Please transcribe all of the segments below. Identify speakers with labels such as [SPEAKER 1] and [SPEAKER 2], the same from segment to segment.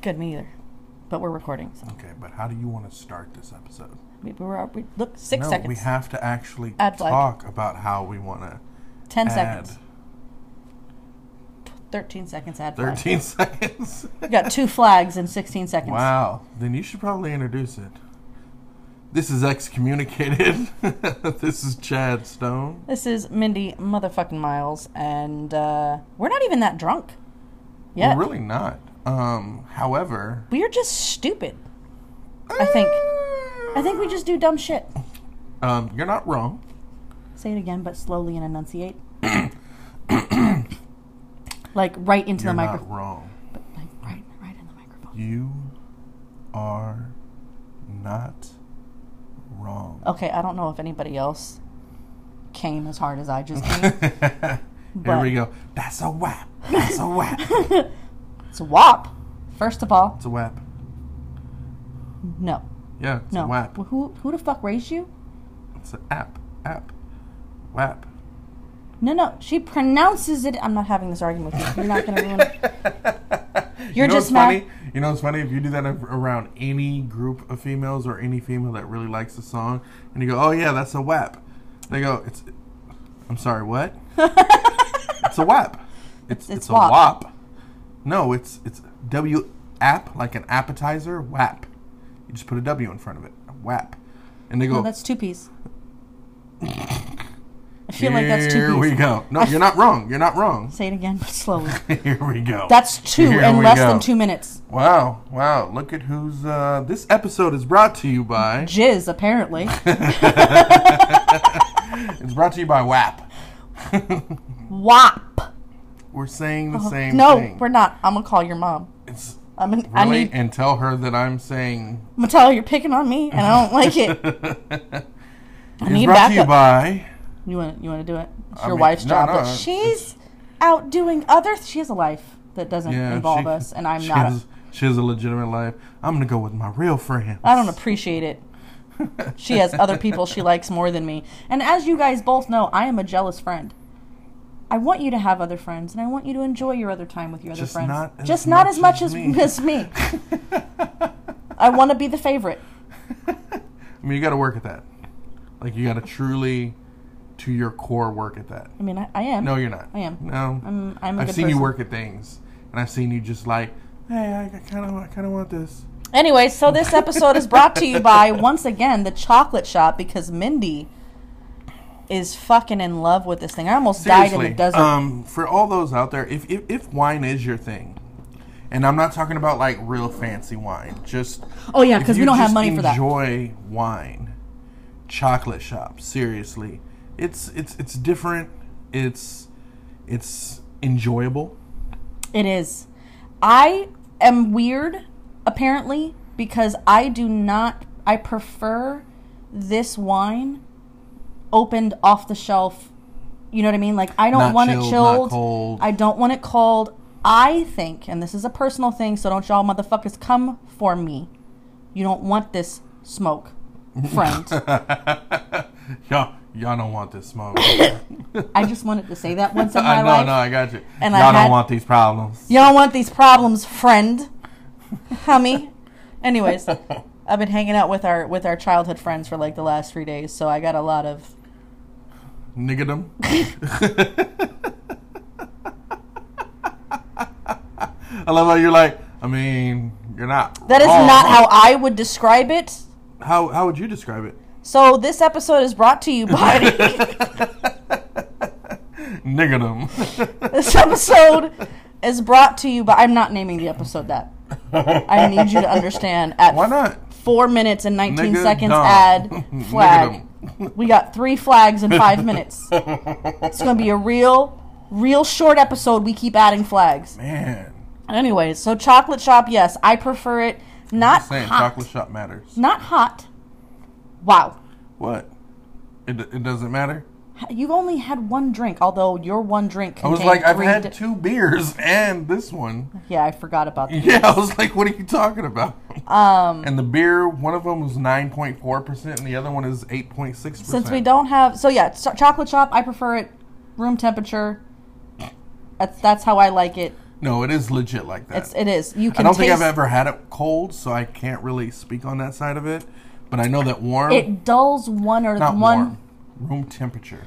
[SPEAKER 1] Good, me either. But we're recording, so
[SPEAKER 2] Okay, but how do you want to start this episode?
[SPEAKER 1] we, we're up- we, look six
[SPEAKER 2] no,
[SPEAKER 1] seconds,
[SPEAKER 2] we have to actually
[SPEAKER 1] Add flag.
[SPEAKER 2] talk about how we want to
[SPEAKER 1] ten
[SPEAKER 2] add
[SPEAKER 1] seconds, thirteen seconds. Add flag.
[SPEAKER 2] 13 seconds.
[SPEAKER 1] We got two flags in sixteen seconds.
[SPEAKER 2] wow. Then you should probably introduce it. This is excommunicated. this is Chad Stone.
[SPEAKER 1] This is Mindy motherfucking Miles, and uh, we're not even that drunk. Yeah,
[SPEAKER 2] We're really not. Um, however,
[SPEAKER 1] we are just stupid. I think. I think we just do dumb shit.
[SPEAKER 2] um, you're not wrong.
[SPEAKER 1] Say it again, but slowly and enunciate. like right into
[SPEAKER 2] You're
[SPEAKER 1] the
[SPEAKER 2] not
[SPEAKER 1] microphone.
[SPEAKER 2] wrong.
[SPEAKER 1] Like right, right in the microphone.
[SPEAKER 2] You are not wrong.
[SPEAKER 1] Okay, I don't know if anybody else came as hard as I just came.
[SPEAKER 2] Here
[SPEAKER 1] But-
[SPEAKER 2] we go. That's a whap. That's a whap.
[SPEAKER 1] It's a wop. First of all,
[SPEAKER 2] It's a whap.
[SPEAKER 1] no,
[SPEAKER 2] Yeah, it's
[SPEAKER 1] no.
[SPEAKER 2] a whap.
[SPEAKER 1] Who who the fuck raised you?
[SPEAKER 2] It's an app. App. Whap.
[SPEAKER 1] No, no. She pronounces it. I'm not having this argument with you. You're not gonna ruin it. You're
[SPEAKER 2] you know
[SPEAKER 1] just
[SPEAKER 2] what's
[SPEAKER 1] mad-
[SPEAKER 2] funny? You know what's funny? If you do that ar- around any group of females or any female that really likes a song, and you go, "Oh yeah, that's a whap," they go, "It's." I'm sorry, what? it's a whap. It's it's,
[SPEAKER 1] it's
[SPEAKER 2] a
[SPEAKER 1] wop.
[SPEAKER 2] wop. No, it's it's w app like an appetizer. Whap. You just put a w in front of it. Whap. And they go,
[SPEAKER 1] No, that's two piece. I feel like that's
[SPEAKER 2] Here
[SPEAKER 1] two
[SPEAKER 2] we
[SPEAKER 1] piece.
[SPEAKER 2] go. No, you're not wrong. You're not wrong.
[SPEAKER 1] Say it again, but slowly.
[SPEAKER 2] Here we go.
[SPEAKER 1] That's two
[SPEAKER 2] Here
[SPEAKER 1] in
[SPEAKER 2] we
[SPEAKER 1] less
[SPEAKER 2] go.
[SPEAKER 1] than two minutes.
[SPEAKER 2] Wow, wow. Look at who's uh this episode is brought to you by
[SPEAKER 1] Jizz, apparently.
[SPEAKER 2] it's brought to you by WAP.
[SPEAKER 1] Wop.
[SPEAKER 2] We're saying the same
[SPEAKER 1] Uh-huh. no,
[SPEAKER 2] thing.
[SPEAKER 1] we're not. I'm gonna call your mom.
[SPEAKER 2] it's
[SPEAKER 1] I'm gonna, I
[SPEAKER 2] really
[SPEAKER 1] need. I'm
[SPEAKER 2] and tell her that I'm saying
[SPEAKER 1] gonna tell her you're picking on me, and I don't like it. I
[SPEAKER 2] it's
[SPEAKER 1] need
[SPEAKER 2] brought to you
[SPEAKER 1] backup.
[SPEAKER 2] by
[SPEAKER 1] You want you want to do it? It's
[SPEAKER 2] I
[SPEAKER 1] your
[SPEAKER 2] mean,
[SPEAKER 1] wife's
[SPEAKER 2] no,
[SPEAKER 1] job,
[SPEAKER 2] no,
[SPEAKER 1] but
[SPEAKER 2] it's-
[SPEAKER 1] she's out doing other. She has a life that doesn't
[SPEAKER 2] yeah,
[SPEAKER 1] involve
[SPEAKER 2] she-
[SPEAKER 1] us, and I'm
[SPEAKER 2] she
[SPEAKER 1] not.
[SPEAKER 2] Has, she has a legitimate life. I'm gonna go with my real friends.
[SPEAKER 1] I don't appreciate it. She has other people she likes more than me, and as you guys both know, I am a jealous friend. I want you to have other friends, and I want you to enjoy your other time with your other
[SPEAKER 2] Just
[SPEAKER 1] friends.
[SPEAKER 2] not as
[SPEAKER 1] Just not as
[SPEAKER 2] much
[SPEAKER 1] much
[SPEAKER 2] as
[SPEAKER 1] as
[SPEAKER 2] me.
[SPEAKER 1] as me. I want to be the favorite.
[SPEAKER 2] I mean you gotta work at that. Like you gotta truly to your core work at that.
[SPEAKER 1] I mean, I, I am.
[SPEAKER 2] No, you're not.
[SPEAKER 1] I am.
[SPEAKER 2] No,
[SPEAKER 1] I'm- I'm a
[SPEAKER 2] have
[SPEAKER 1] good
[SPEAKER 2] seen you
[SPEAKER 1] person.
[SPEAKER 2] work at things, and I've seen you just like, hey, I kind of, I kind of want this.
[SPEAKER 1] Anyway, so this episode is brought to you by once again the chocolate shop because Mindy is fucking in love with this thing. I almost died in the desert.
[SPEAKER 2] Um, for all those out there, if, if if wine is your thing, and I'm not talking about like real fancy wine, just
[SPEAKER 1] oh yeah,
[SPEAKER 2] if
[SPEAKER 1] because we
[SPEAKER 2] you
[SPEAKER 1] don't have
[SPEAKER 2] just
[SPEAKER 1] money for that.
[SPEAKER 2] Enjoy wine, chocolate shop. Seriously, it's it's it's different. It's it's enjoyable.
[SPEAKER 1] It is. I am weird apparently because I do not. I prefer this wine opened off the shelf. You know what I mean? Like I don't
[SPEAKER 2] Not
[SPEAKER 1] want it
[SPEAKER 2] chilled, not
[SPEAKER 1] chilled.
[SPEAKER 2] cold.
[SPEAKER 1] I don't want it cold. I think, and this is a personal thing, so don't y'all motherfuckers come for me. You don't want this smoke, friend.
[SPEAKER 2] Y'all, y'all don't want this smoke.
[SPEAKER 1] I just wanted to say that once in my
[SPEAKER 2] I know,
[SPEAKER 1] life.
[SPEAKER 2] no, I got you.
[SPEAKER 1] And I
[SPEAKER 2] y'all
[SPEAKER 1] had-
[SPEAKER 2] don't want these problems.
[SPEAKER 1] You don't want these problems, friend. Hummy. Anyways, I've been hanging out with our with our childhood friends for like the last three days, so I got a lot of
[SPEAKER 2] Niggerdom. I love how you're like. I mean, you're not.
[SPEAKER 1] that is
[SPEAKER 2] wrong.
[SPEAKER 1] not how I would describe it.
[SPEAKER 2] How how would you describe it?
[SPEAKER 1] So this episode is brought to you by
[SPEAKER 2] Niggerdom.
[SPEAKER 1] this episode is brought to you by I'm not naming the episode that. I need you to understand at
[SPEAKER 2] Why not?
[SPEAKER 1] four minutes and nineteen
[SPEAKER 2] Nigga,
[SPEAKER 1] seconds
[SPEAKER 2] dumb.
[SPEAKER 1] add
[SPEAKER 2] Nigga,
[SPEAKER 1] flag. we got three flags in five minutes. It's gonna be a real real short episode. We keep adding flags.
[SPEAKER 2] Man,
[SPEAKER 1] Anyways, so chocolate shop, yes, I prefer it not
[SPEAKER 2] just saying
[SPEAKER 1] hot.
[SPEAKER 2] chocolate shop matters.
[SPEAKER 1] Not hot. Wow.
[SPEAKER 2] What? It, it doesn't matter.
[SPEAKER 1] You only had one drink, although your one drink
[SPEAKER 2] I
[SPEAKER 1] contained
[SPEAKER 2] was like, I've
[SPEAKER 1] three
[SPEAKER 2] had
[SPEAKER 1] di-
[SPEAKER 2] two beers and this one.
[SPEAKER 1] Yeah, I forgot about that.
[SPEAKER 2] Yeah, I was like, what are you talking about?
[SPEAKER 1] Um,
[SPEAKER 2] And the beer, one of them was 9.4%, and the other one is 8.6%.
[SPEAKER 1] since we don't have, so yeah, so chocolate shop, I prefer it room temperature. That's that's how I like it.
[SPEAKER 2] No, it is legit like that.
[SPEAKER 1] It's it is. You can.
[SPEAKER 2] I don't think I've
[SPEAKER 1] taste-
[SPEAKER 2] ever had it cold, so I can't really speak on that side of it. But I know that warm,
[SPEAKER 1] It dulls one or
[SPEAKER 2] not
[SPEAKER 1] one
[SPEAKER 2] warm, room temperature.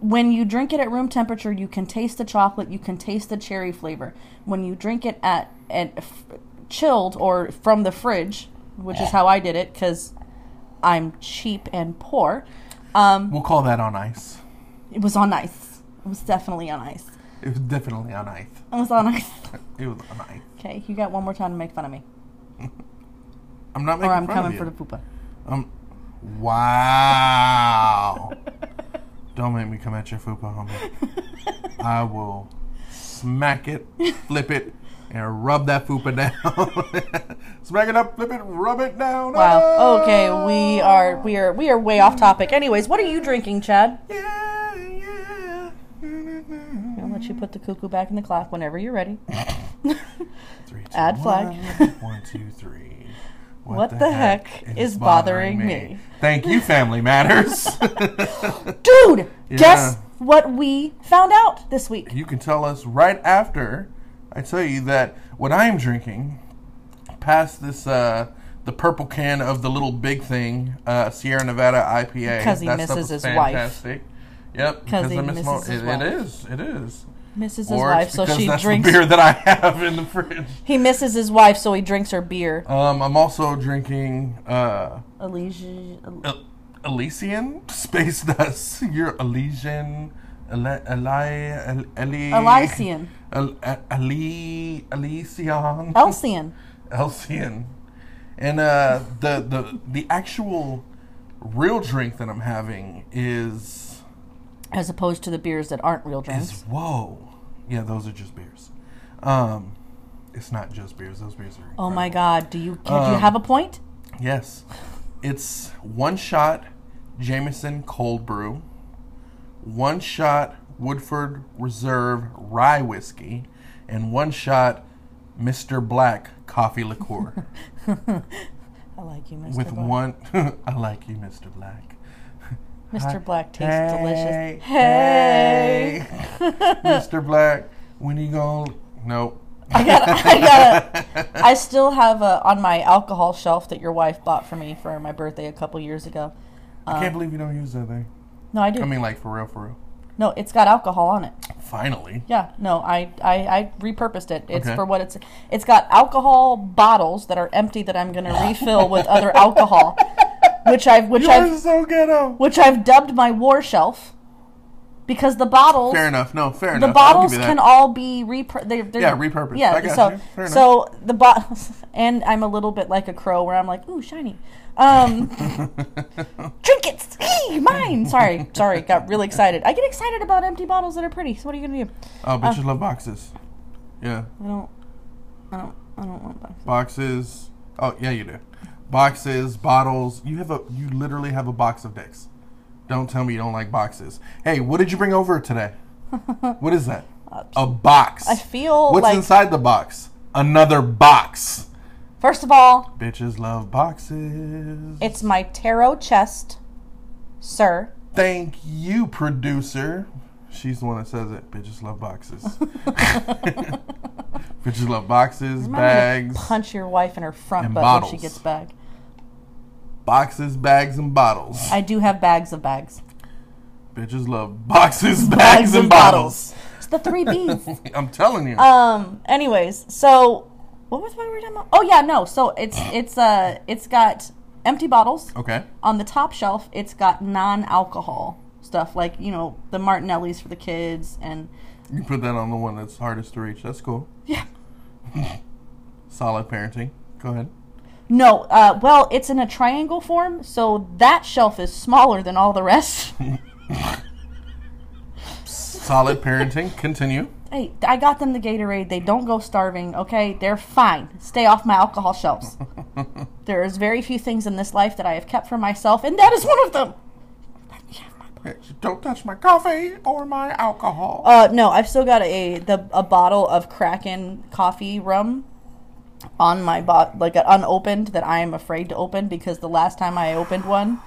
[SPEAKER 1] when you drink it at room temperature, you can taste the chocolate, you can taste the cherry flavor. When you drink it at, at f- chilled or from the fridge, which
[SPEAKER 2] Eh.
[SPEAKER 1] is how I did it because I'm cheap and poor, um,
[SPEAKER 2] We'll call that on ice.
[SPEAKER 1] it was on ice. It was definitely on ice.
[SPEAKER 2] It was definitely on ice.
[SPEAKER 1] It was on ice.
[SPEAKER 2] It was on ice.
[SPEAKER 1] Okay, you got one more time to make fun of me,
[SPEAKER 2] I'm not making
[SPEAKER 1] or I'm
[SPEAKER 2] fun
[SPEAKER 1] coming
[SPEAKER 2] of
[SPEAKER 1] for the
[SPEAKER 2] you.
[SPEAKER 1] poopa.
[SPEAKER 2] Um, wow. Don't make me come at your fupa, homie. I will smack it, flip it, and rub that fupa down. smack it up, flip it, rub it down.
[SPEAKER 1] Wow.
[SPEAKER 2] Oh!
[SPEAKER 1] Okay, we are we are we are way off topic. Anyways, what are you drinking, Chad?
[SPEAKER 2] Yeah, yeah.
[SPEAKER 1] I'll let you put the cuckoo back in the clock whenever you're ready.
[SPEAKER 2] Three, two,
[SPEAKER 1] Add flag.
[SPEAKER 2] one. One, two, three.
[SPEAKER 1] What the heck is bothering me?
[SPEAKER 2] Thank you, Family Matters.
[SPEAKER 1] Dude, guess
[SPEAKER 2] Yeah.
[SPEAKER 1] what we found out this week?
[SPEAKER 2] you can tell us right after I tell you that what I'm drinking past this uh the purple can of the little big thing, uh, Sierra Nevada IPA.
[SPEAKER 1] Because he
[SPEAKER 2] That stuff
[SPEAKER 1] misses
[SPEAKER 2] is
[SPEAKER 1] his wife.
[SPEAKER 2] fantastic. Yep, because
[SPEAKER 1] he
[SPEAKER 2] I miss
[SPEAKER 1] misses
[SPEAKER 2] my-
[SPEAKER 1] his
[SPEAKER 2] it-
[SPEAKER 1] wife.
[SPEAKER 2] it is. It is.
[SPEAKER 1] Misses his
[SPEAKER 2] Or
[SPEAKER 1] wife,
[SPEAKER 2] it's
[SPEAKER 1] so
[SPEAKER 2] because
[SPEAKER 1] she
[SPEAKER 2] that's
[SPEAKER 1] drinks.
[SPEAKER 2] the beer that I have in the fridge.
[SPEAKER 1] He misses his wife, so he drinks her beer.
[SPEAKER 2] Um, I'm also drinking uh,
[SPEAKER 1] Elysia.
[SPEAKER 2] El- Uh, Elysian Space Dust. Your Elysian. Eli, Eli, El- Eli,
[SPEAKER 1] Elysian.
[SPEAKER 2] El- El- Eli, Elysian.
[SPEAKER 1] Elsian.
[SPEAKER 2] Elsian. And uh, the, the, the actual real drink that I'm having is.
[SPEAKER 1] As opposed to the beers that aren't real drinks.
[SPEAKER 2] is whoa. Yeah, those are just beers. Um, it's not just beers. Those beers are.
[SPEAKER 1] oh
[SPEAKER 2] incredible.
[SPEAKER 1] my god, do you, do
[SPEAKER 2] Um,
[SPEAKER 1] you have a point?
[SPEAKER 2] Yes. It's one shot Jameson cold brew, one shot Woodford Reserve rye whiskey, and one shot Mr. Black coffee liqueur.
[SPEAKER 1] I like you, Mr.
[SPEAKER 2] with
[SPEAKER 1] Black.
[SPEAKER 2] one, I like you, Mr. Black.
[SPEAKER 1] Mr. Black tastes delicious.
[SPEAKER 2] Hey, Mr. Black, when you going? No.
[SPEAKER 1] I gotta, I gotta, I still have a, on my alcohol shelf that your wife bought for me for my birthday a couple years ago. Um,
[SPEAKER 2] I can't believe you don't use that thing.
[SPEAKER 1] No, I do.
[SPEAKER 2] I mean, like, for real, for real.
[SPEAKER 1] no, it's got alcohol on it.
[SPEAKER 2] Finally.
[SPEAKER 1] Yeah, no, I, I, I repurposed it. It's
[SPEAKER 2] Okay.
[SPEAKER 1] for what it's. It's got alcohol bottles that are empty that I'm going to refill with other alcohol, which I've which
[SPEAKER 2] You are
[SPEAKER 1] I've
[SPEAKER 2] so ghetto.
[SPEAKER 1] which I've dubbed my war shelf, because the bottles
[SPEAKER 2] Fair enough. No, fair
[SPEAKER 1] the
[SPEAKER 2] enough. I'll
[SPEAKER 1] bottles
[SPEAKER 2] give you that.
[SPEAKER 1] can all be repur. They're, they're,
[SPEAKER 2] Yeah, repurposed.
[SPEAKER 1] Yeah,
[SPEAKER 2] I got
[SPEAKER 1] so
[SPEAKER 2] you. Fair enough.
[SPEAKER 1] so the bottles, and I'm a little bit like a crow where I'm like, ooh, shiny. Um, trinkets, Eee, mine. Sorry, sorry, got really excited. I get excited about empty bottles that are pretty. So what are you gonna do?
[SPEAKER 2] Oh,
[SPEAKER 1] Uh.
[SPEAKER 2] bitches love boxes. Yeah,
[SPEAKER 1] I don't, I don't, I don't want boxes.
[SPEAKER 2] boxes. Oh, yeah, you do. Boxes, bottles. You have a. You literally have a box of dicks. Don't tell me you don't like boxes. Hey, what did you bring over today? what is that? A box.
[SPEAKER 1] I feel
[SPEAKER 2] What's
[SPEAKER 1] like
[SPEAKER 2] inside the box? Another box.
[SPEAKER 1] first of all,
[SPEAKER 2] Bitches love boxes.
[SPEAKER 1] it's my tarot chest, sir.
[SPEAKER 2] Thank you, producer. She's the one that says it. Bitches love boxes. Bitches love boxes,
[SPEAKER 1] I'm gonna
[SPEAKER 2] bags.
[SPEAKER 1] Punch your wife in her front
[SPEAKER 2] And
[SPEAKER 1] butt when
[SPEAKER 2] bottles.
[SPEAKER 1] she gets back.
[SPEAKER 2] boxes, bags, and bottles.
[SPEAKER 1] I do have bags of bags.
[SPEAKER 2] Bitches love boxes, bags, and bottles.
[SPEAKER 1] It's the three B's.
[SPEAKER 2] I'm telling you.
[SPEAKER 1] Um. Anyways, so what was what were we talking about? Oh yeah, no. So it's it's uh it's got empty bottles
[SPEAKER 2] okay.
[SPEAKER 1] on the top shelf. It's got non-alcohol stuff like you know the Martinellis for the kids and
[SPEAKER 2] You put that on the one that's hardest to reach. That's cool.
[SPEAKER 1] yeah.
[SPEAKER 2] Solid parenting. Go ahead.
[SPEAKER 1] No, uh, well, it's in a triangle form, so that shelf is smaller than all the rest.
[SPEAKER 2] Solid parenting. Continue.
[SPEAKER 1] hey, I got them the Gatorade. They don't go starving, okay? They're fine. Stay off my alcohol shelves. there is very few things in this life that I have kept for myself, and that is one of them. Let me have my
[SPEAKER 2] Don't touch my coffee or my alcohol.
[SPEAKER 1] Uh, no, I've still got a the a bottle of Kraken coffee rum on my bot like unopened that I am afraid to open because the last time I opened one,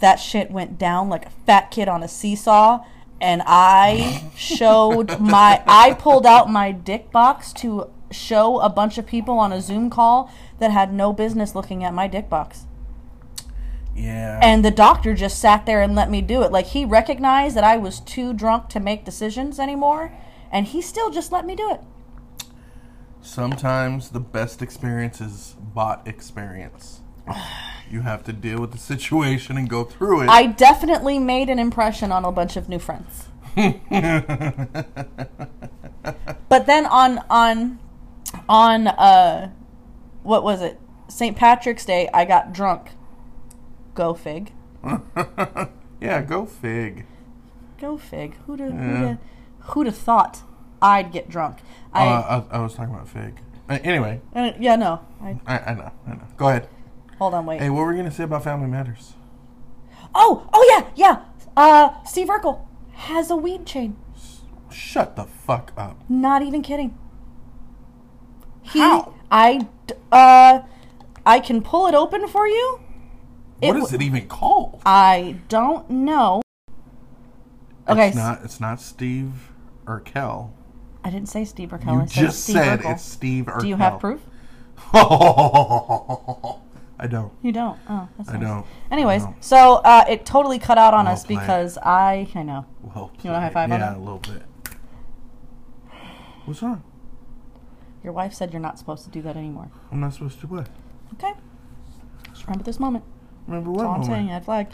[SPEAKER 1] that shit went down like a fat kid on a seesaw, and I showed my I pulled out my dick box to show a bunch of people on a Zoom call that had no business looking at my dick box.
[SPEAKER 2] Yeah.
[SPEAKER 1] And the doctor just sat there and let me do it. Like he recognized that I was too drunk to make decisions anymore, and he still just let me do it.
[SPEAKER 2] Sometimes the best experience is bot experience. You have to deal with the situation and go through it.
[SPEAKER 1] I definitely made an impression on a bunch of new friends. but then on on on uh what was it? St. Patrick's Day, I got drunk. Go fig.
[SPEAKER 2] yeah, go fig.
[SPEAKER 1] Go fig. Who'd have
[SPEAKER 2] Yeah.
[SPEAKER 1] who'd who'd have thought I'd get drunk? I
[SPEAKER 2] Uh, I, I was talking about fig. Uh, anyway,
[SPEAKER 1] uh, yeah, no. I
[SPEAKER 2] I, I know, I know. Go ahead.
[SPEAKER 1] hold on, wait.
[SPEAKER 2] Hey, what were we gonna say about Family Matters?
[SPEAKER 1] Oh, oh yeah, yeah. Uh Steve Urkel has a weed chain.
[SPEAKER 2] Shut the fuck up.
[SPEAKER 1] Not even kidding. He,
[SPEAKER 2] How?
[SPEAKER 1] I, d- uh, I can pull it open for you. It
[SPEAKER 2] What
[SPEAKER 1] Uh,
[SPEAKER 2] is it even called?
[SPEAKER 1] I don't know. Okay,
[SPEAKER 2] It's not. It's not Steve Urkel.
[SPEAKER 1] I didn't say Steve Urkel.
[SPEAKER 2] You
[SPEAKER 1] I said
[SPEAKER 2] just
[SPEAKER 1] Steve
[SPEAKER 2] said
[SPEAKER 1] Urkel.
[SPEAKER 2] it's Steve Urkel.
[SPEAKER 1] Do you have proof?
[SPEAKER 2] I don't.
[SPEAKER 1] You don't. Oh, that's
[SPEAKER 2] I
[SPEAKER 1] nice.
[SPEAKER 2] don't.
[SPEAKER 1] Anyways,
[SPEAKER 2] I don't.
[SPEAKER 1] so uh, it totally cut out on
[SPEAKER 2] Well
[SPEAKER 1] us
[SPEAKER 2] played.
[SPEAKER 1] because I, I know.
[SPEAKER 2] Well,
[SPEAKER 1] You wanna high
[SPEAKER 2] played.
[SPEAKER 1] five on
[SPEAKER 2] Yeah,
[SPEAKER 1] that?
[SPEAKER 2] a little bit. What's wrong?
[SPEAKER 1] Your wife said you're not supposed to do that anymore.
[SPEAKER 2] I'm not supposed to what?
[SPEAKER 1] Okay. Just remember this moment.
[SPEAKER 2] Remember what?
[SPEAKER 1] That's all I'm saying.
[SPEAKER 2] moment?
[SPEAKER 1] Red flag.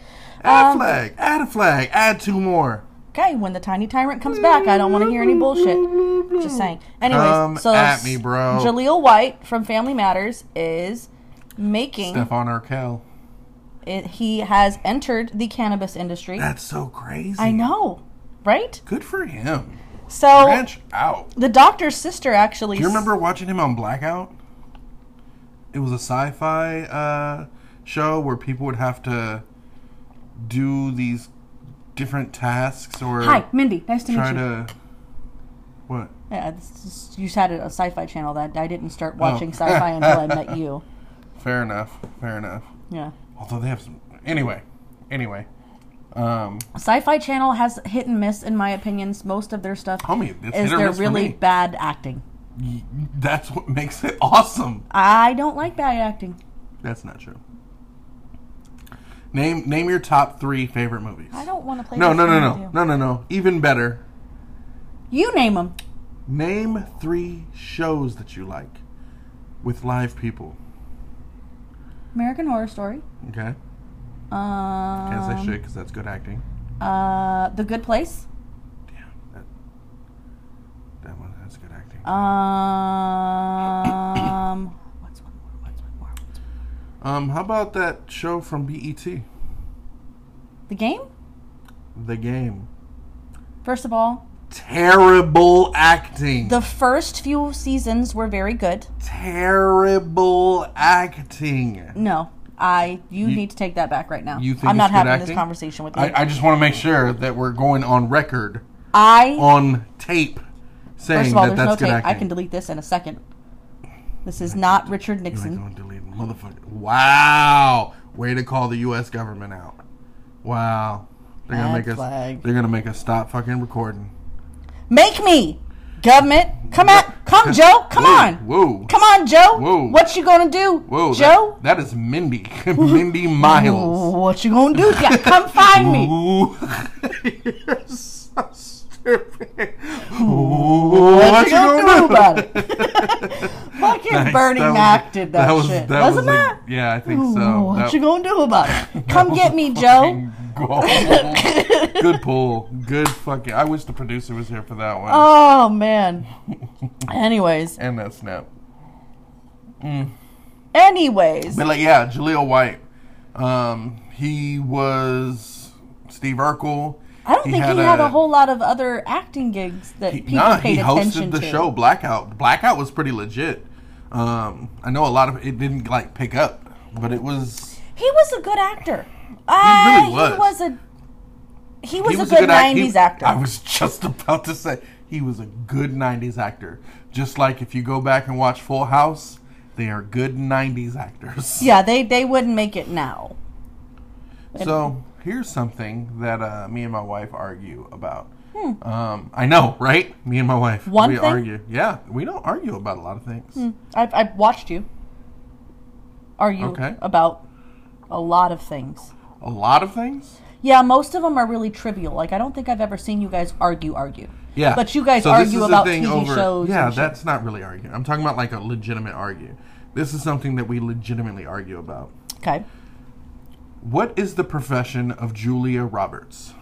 [SPEAKER 2] Add
[SPEAKER 1] Um,
[SPEAKER 2] flag. Add a flag. Add two more.
[SPEAKER 1] Okay, when the tiny tyrant comes back, I don't want to hear any bullshit.
[SPEAKER 2] Hmm.
[SPEAKER 1] Just saying. Anyways,
[SPEAKER 2] Come
[SPEAKER 1] so
[SPEAKER 2] at me, bro.
[SPEAKER 1] Jaleel White from Family Matters is making
[SPEAKER 2] Stefan Urkel.
[SPEAKER 1] it, he has entered the cannabis industry.
[SPEAKER 2] That's so crazy.
[SPEAKER 1] I know, Oh. right?
[SPEAKER 2] Good for him.
[SPEAKER 1] So
[SPEAKER 2] Branch out.
[SPEAKER 1] the doctor's sister actually.
[SPEAKER 2] Do you remember watching him on Blackout? It was a sci-fi uh, show where people would have to do these different tasks or
[SPEAKER 1] Hi, Mindy. Nice to meet
[SPEAKER 2] try
[SPEAKER 1] you.
[SPEAKER 2] to what?
[SPEAKER 1] Yeah, this is, you had a sci-fi channel that I didn't start watching
[SPEAKER 2] Oh.
[SPEAKER 1] sci-fi until I met you.
[SPEAKER 2] Fair enough. Fair enough.
[SPEAKER 1] Yeah.
[SPEAKER 2] Although they have some. Anyway. Anyway. Um,
[SPEAKER 1] Sci-fi channel has hit and miss in my opinions. Most of their stuff
[SPEAKER 2] homie, it's
[SPEAKER 1] is
[SPEAKER 2] hit or
[SPEAKER 1] they're
[SPEAKER 2] miss for
[SPEAKER 1] really
[SPEAKER 2] me.
[SPEAKER 1] bad acting.
[SPEAKER 2] Y- That's what makes it awesome.
[SPEAKER 1] I don't like bad acting.
[SPEAKER 2] That's not true. Name name your top three favorite movies.
[SPEAKER 1] I don't want to play.
[SPEAKER 2] No,
[SPEAKER 1] this
[SPEAKER 2] no, no,
[SPEAKER 1] game
[SPEAKER 2] no,
[SPEAKER 1] with you.
[SPEAKER 2] no, no, no. Even better.
[SPEAKER 1] You name them.
[SPEAKER 2] Name three shows that you like with live people.
[SPEAKER 1] American Horror Story.
[SPEAKER 2] Okay,
[SPEAKER 1] Um,
[SPEAKER 2] can't say shit because that's good acting.
[SPEAKER 1] Uh, The Good Place.
[SPEAKER 2] Damn, that that one that's good acting.
[SPEAKER 1] Um, what's one more? What's one more? What's one
[SPEAKER 2] Um, how about that show from E BET,
[SPEAKER 1] more? The game.
[SPEAKER 2] The Game?
[SPEAKER 1] First of all,
[SPEAKER 2] Terrible acting.
[SPEAKER 1] the first few seasons were very good.
[SPEAKER 2] Terrible acting.
[SPEAKER 1] No, I you,
[SPEAKER 2] You-
[SPEAKER 1] need to take that back right now.
[SPEAKER 2] You think
[SPEAKER 1] I'm
[SPEAKER 2] it's
[SPEAKER 1] not
[SPEAKER 2] good
[SPEAKER 1] having this
[SPEAKER 2] acting?
[SPEAKER 1] conversation with you.
[SPEAKER 2] I, I just want to make sure that we're going on record,
[SPEAKER 1] I-
[SPEAKER 2] on tape, saying
[SPEAKER 1] first of all,
[SPEAKER 2] that
[SPEAKER 1] there's
[SPEAKER 2] that's
[SPEAKER 1] no
[SPEAKER 2] good
[SPEAKER 1] tape.
[SPEAKER 2] acting.
[SPEAKER 1] I can delete this in a second. This is not Richard
[SPEAKER 2] You're
[SPEAKER 1] Nixon.
[SPEAKER 2] going to delete motherfucker. Wow. Way to call the US government out. Wow. They're gonna
[SPEAKER 1] Red
[SPEAKER 2] make us
[SPEAKER 1] flag.
[SPEAKER 2] they're gonna make us stop fucking recording.
[SPEAKER 1] Make me, government. Come at, come, Joe. Come
[SPEAKER 2] Whoa,
[SPEAKER 1] on.
[SPEAKER 2] Whoa.
[SPEAKER 1] Come on, Joe.
[SPEAKER 2] Whoa.
[SPEAKER 1] What you gonna do,
[SPEAKER 2] Whoa, that-
[SPEAKER 1] Joe?
[SPEAKER 2] that is Mindy. Mindy Miles.
[SPEAKER 1] What you gonna do? Yeah, come find me.
[SPEAKER 2] Ooh. You're so stupid. Ooh,
[SPEAKER 1] What you gonna do about it? Fucking
[SPEAKER 2] Thanks,
[SPEAKER 1] Bernie
[SPEAKER 2] that was-
[SPEAKER 1] Mac did that,
[SPEAKER 2] was,
[SPEAKER 1] shit,
[SPEAKER 2] That
[SPEAKER 1] wasn't
[SPEAKER 2] was a-
[SPEAKER 1] that?
[SPEAKER 2] yeah, I think so.
[SPEAKER 1] What
[SPEAKER 2] That-
[SPEAKER 1] you gonna do about it? Come
[SPEAKER 2] was
[SPEAKER 1] get
[SPEAKER 2] a
[SPEAKER 1] me,
[SPEAKER 2] fucking
[SPEAKER 1] Joe.
[SPEAKER 2] goal. Good pull. Good fucking. I wish the producer was here for that one.
[SPEAKER 1] Oh man. Anyways,
[SPEAKER 2] and that snap.
[SPEAKER 1] anyways,
[SPEAKER 2] But like, yeah, Jaleel White. Um, he was Steve Urkel.
[SPEAKER 1] I don't think he had a, whole lot of other acting gigs that
[SPEAKER 2] He,
[SPEAKER 1] people
[SPEAKER 2] nah,
[SPEAKER 1] paid
[SPEAKER 2] he hosted
[SPEAKER 1] attention
[SPEAKER 2] the
[SPEAKER 1] to.
[SPEAKER 2] show Blackout. Blackout was pretty legit. Um, I know a lot of it didn't like pick up, but it was.
[SPEAKER 1] He was a good actor. Ah,
[SPEAKER 2] really was.
[SPEAKER 1] He was a he was,
[SPEAKER 2] he
[SPEAKER 1] a good,
[SPEAKER 2] act- he-
[SPEAKER 1] 90s actor.
[SPEAKER 2] I was just about to say he was a good 90s actor. Just like if you go back and watch Full House, they are good 90s actors.
[SPEAKER 1] yeah, they they wouldn't make it now.
[SPEAKER 2] So here's something that uh, me and my wife argue about. Um, I know, right? Me and my wife.
[SPEAKER 1] Hmm. One
[SPEAKER 2] we
[SPEAKER 1] thing?
[SPEAKER 2] argue. Yeah, we don't argue about a lot of things.
[SPEAKER 1] I've, I've watched you argue
[SPEAKER 2] Okay.
[SPEAKER 1] about a lot of things.
[SPEAKER 2] A lot of things.
[SPEAKER 1] Yeah, most of them are really trivial. Like I don't think I've ever seen you guys argue argue.
[SPEAKER 2] Yeah.
[SPEAKER 1] But you guys
[SPEAKER 2] So this
[SPEAKER 1] argue
[SPEAKER 2] is a
[SPEAKER 1] about
[SPEAKER 2] thing
[SPEAKER 1] TV shows.
[SPEAKER 2] Yeah,
[SPEAKER 1] and shit.
[SPEAKER 2] that's not really arguing. I'm talking about like a legitimate argue. This is something that we legitimately argue about.
[SPEAKER 1] okay.
[SPEAKER 2] What is the profession of Julia Roberts?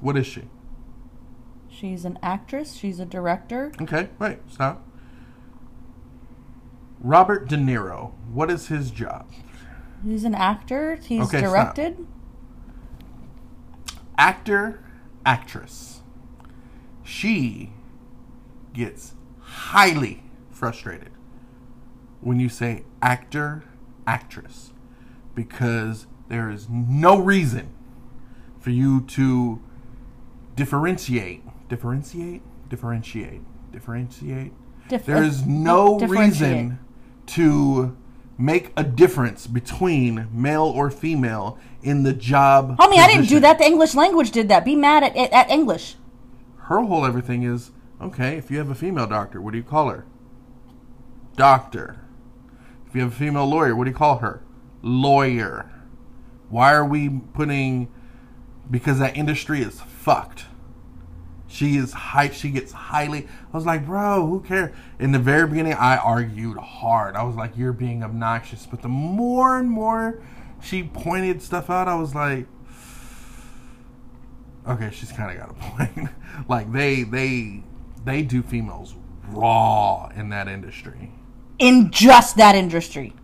[SPEAKER 2] What is she?
[SPEAKER 1] She's an actress. She's a director.
[SPEAKER 2] Okay, wait, stop. Robert De Niro. What is his job?
[SPEAKER 1] He's an actor. He's
[SPEAKER 2] Okay, stop.
[SPEAKER 1] directed.
[SPEAKER 2] Actor, actress. She gets highly frustrated when you say actor, actress, because there is no reason for you to differentiate, differentiate, differentiate, differentiate.
[SPEAKER 1] Dif-
[SPEAKER 2] There is no
[SPEAKER 1] differentiate.
[SPEAKER 2] reason to make a difference between male or female in the job.
[SPEAKER 1] Homie, I didn't do
[SPEAKER 2] position.
[SPEAKER 1] that. The English language did that. Be mad at at, at English.
[SPEAKER 2] Her whole everything is okay. If you have a female doctor, what do you call her? Doctor. If you have a female lawyer, what do you call her? Lawyer. Why are we putting? Because that industry is fucked. She is high. She gets highly. I was like, bro, who cares? In the very beginning, I argued hard. I was like, you're being obnoxious. But the more and more she pointed stuff out, I was like, okay, she's kind of got a point. like they they they do females raw in that industry.
[SPEAKER 1] In just that industry.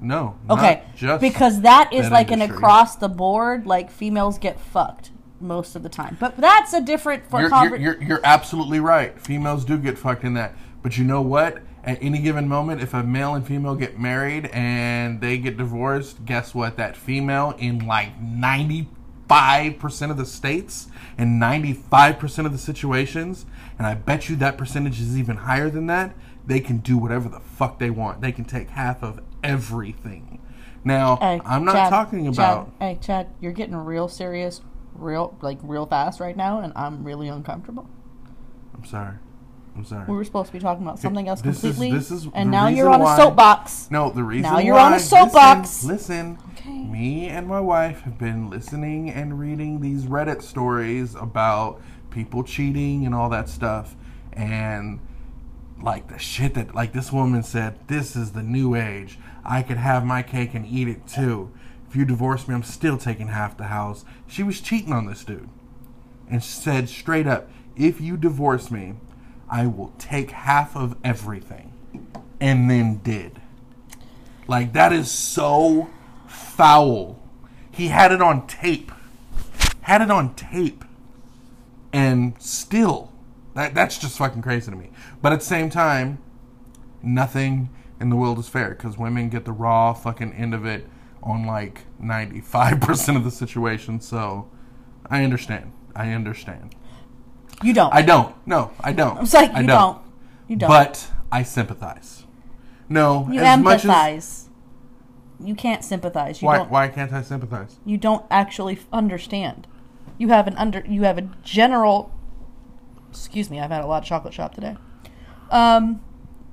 [SPEAKER 2] No, not
[SPEAKER 1] Okay.
[SPEAKER 2] just
[SPEAKER 1] because that is
[SPEAKER 2] that
[SPEAKER 1] like an
[SPEAKER 2] industry.
[SPEAKER 1] across the board, like females get fucked most of the time. But that's a different for
[SPEAKER 2] You're,
[SPEAKER 1] conver-
[SPEAKER 2] you're, you're, you're absolutely right. Females do get fucked in that. But you know what? At any given moment, if a male and female get married and they get divorced, guess what? That female in like 95% of the states and 95% of the situations, and I bet you that percentage is even higher than that, they can do whatever the fuck they want. They can take half of everything. Now,
[SPEAKER 1] Hey,
[SPEAKER 2] I'm not
[SPEAKER 1] Chad,
[SPEAKER 2] talking
[SPEAKER 1] Chad,
[SPEAKER 2] about.
[SPEAKER 1] hey, Chad, you're getting real serious, real like real fast right now, and I'm really uncomfortable.
[SPEAKER 2] I'm sorry. I'm sorry.
[SPEAKER 1] We were supposed to be talking about something else
[SPEAKER 2] This is-
[SPEAKER 1] completely,
[SPEAKER 2] this is
[SPEAKER 1] and
[SPEAKER 2] the
[SPEAKER 1] now you're
[SPEAKER 2] reason
[SPEAKER 1] on
[SPEAKER 2] why-
[SPEAKER 1] a soapbox.
[SPEAKER 2] No, the reason
[SPEAKER 1] Now you're
[SPEAKER 2] why,
[SPEAKER 1] on a soapbox.
[SPEAKER 2] Listen, listen.
[SPEAKER 1] Okay.
[SPEAKER 2] me and my wife have been listening and reading these Reddit stories about people cheating and all that stuff, and like the shit that like this woman said, this is the new age. I could have my cake and eat it too. If you divorce me, I'm still taking half the house. She was cheating on this dude and said straight up, if you divorce me, I will take half of everything. And then did. Like that is so foul. He had it on tape. Had it on tape. And still that that's just fucking crazy to me. But at the same time, nothing in the world is fair because women get the raw fucking end of it on like 95% of the situation. So I understand. I understand.
[SPEAKER 1] You don't.
[SPEAKER 2] I don't. No, I don't.
[SPEAKER 1] it's like
[SPEAKER 2] I
[SPEAKER 1] you don't. You don't.
[SPEAKER 2] But I sympathize. No,
[SPEAKER 1] you
[SPEAKER 2] as much as.
[SPEAKER 1] empathize. You can't sympathize. You
[SPEAKER 2] Why,
[SPEAKER 1] don't.
[SPEAKER 2] why can't I sympathize?
[SPEAKER 1] You don't actually f- understand. You have an under. You have a general. Excuse me. I've had a lot of chocolate shop today. Um,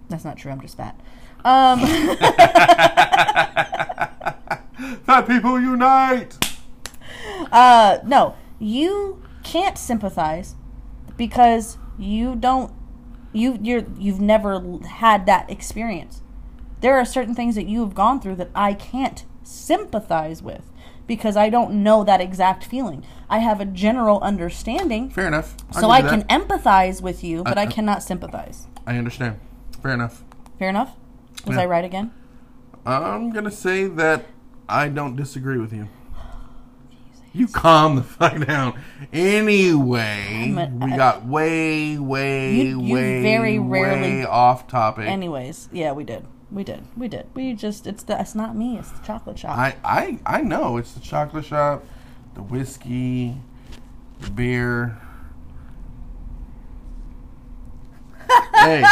[SPEAKER 1] that's not true. I'm just fat. Um.
[SPEAKER 2] Fat people unite!
[SPEAKER 1] Uh, no, you can't sympathize because you don't you you're you've never l- had that experience. There are certain things that you have gone through that I can't sympathize with because I don't know that exact feeling. I have a general understanding,
[SPEAKER 2] Fair enough.
[SPEAKER 1] so I
[SPEAKER 2] do
[SPEAKER 1] can
[SPEAKER 2] that.
[SPEAKER 1] empathize with you, but I
[SPEAKER 2] Uh, uh.
[SPEAKER 1] cannot sympathize.
[SPEAKER 2] I understand. Fair enough.
[SPEAKER 1] Fair enough. Was
[SPEAKER 2] Yeah.
[SPEAKER 1] I right again?
[SPEAKER 2] I'm going to say that I don't disagree with you. You calm the fuck down. Anyway,
[SPEAKER 1] I'm a-
[SPEAKER 2] we got way, way,
[SPEAKER 1] You- you
[SPEAKER 2] way,
[SPEAKER 1] very rarely-
[SPEAKER 2] way off topic.
[SPEAKER 1] Anyways, yeah, we did. We did. We did. We just it's the it's not me, it's the chocolate shop.
[SPEAKER 2] I, I I know it's the chocolate shop, the whiskey, the beer. hey.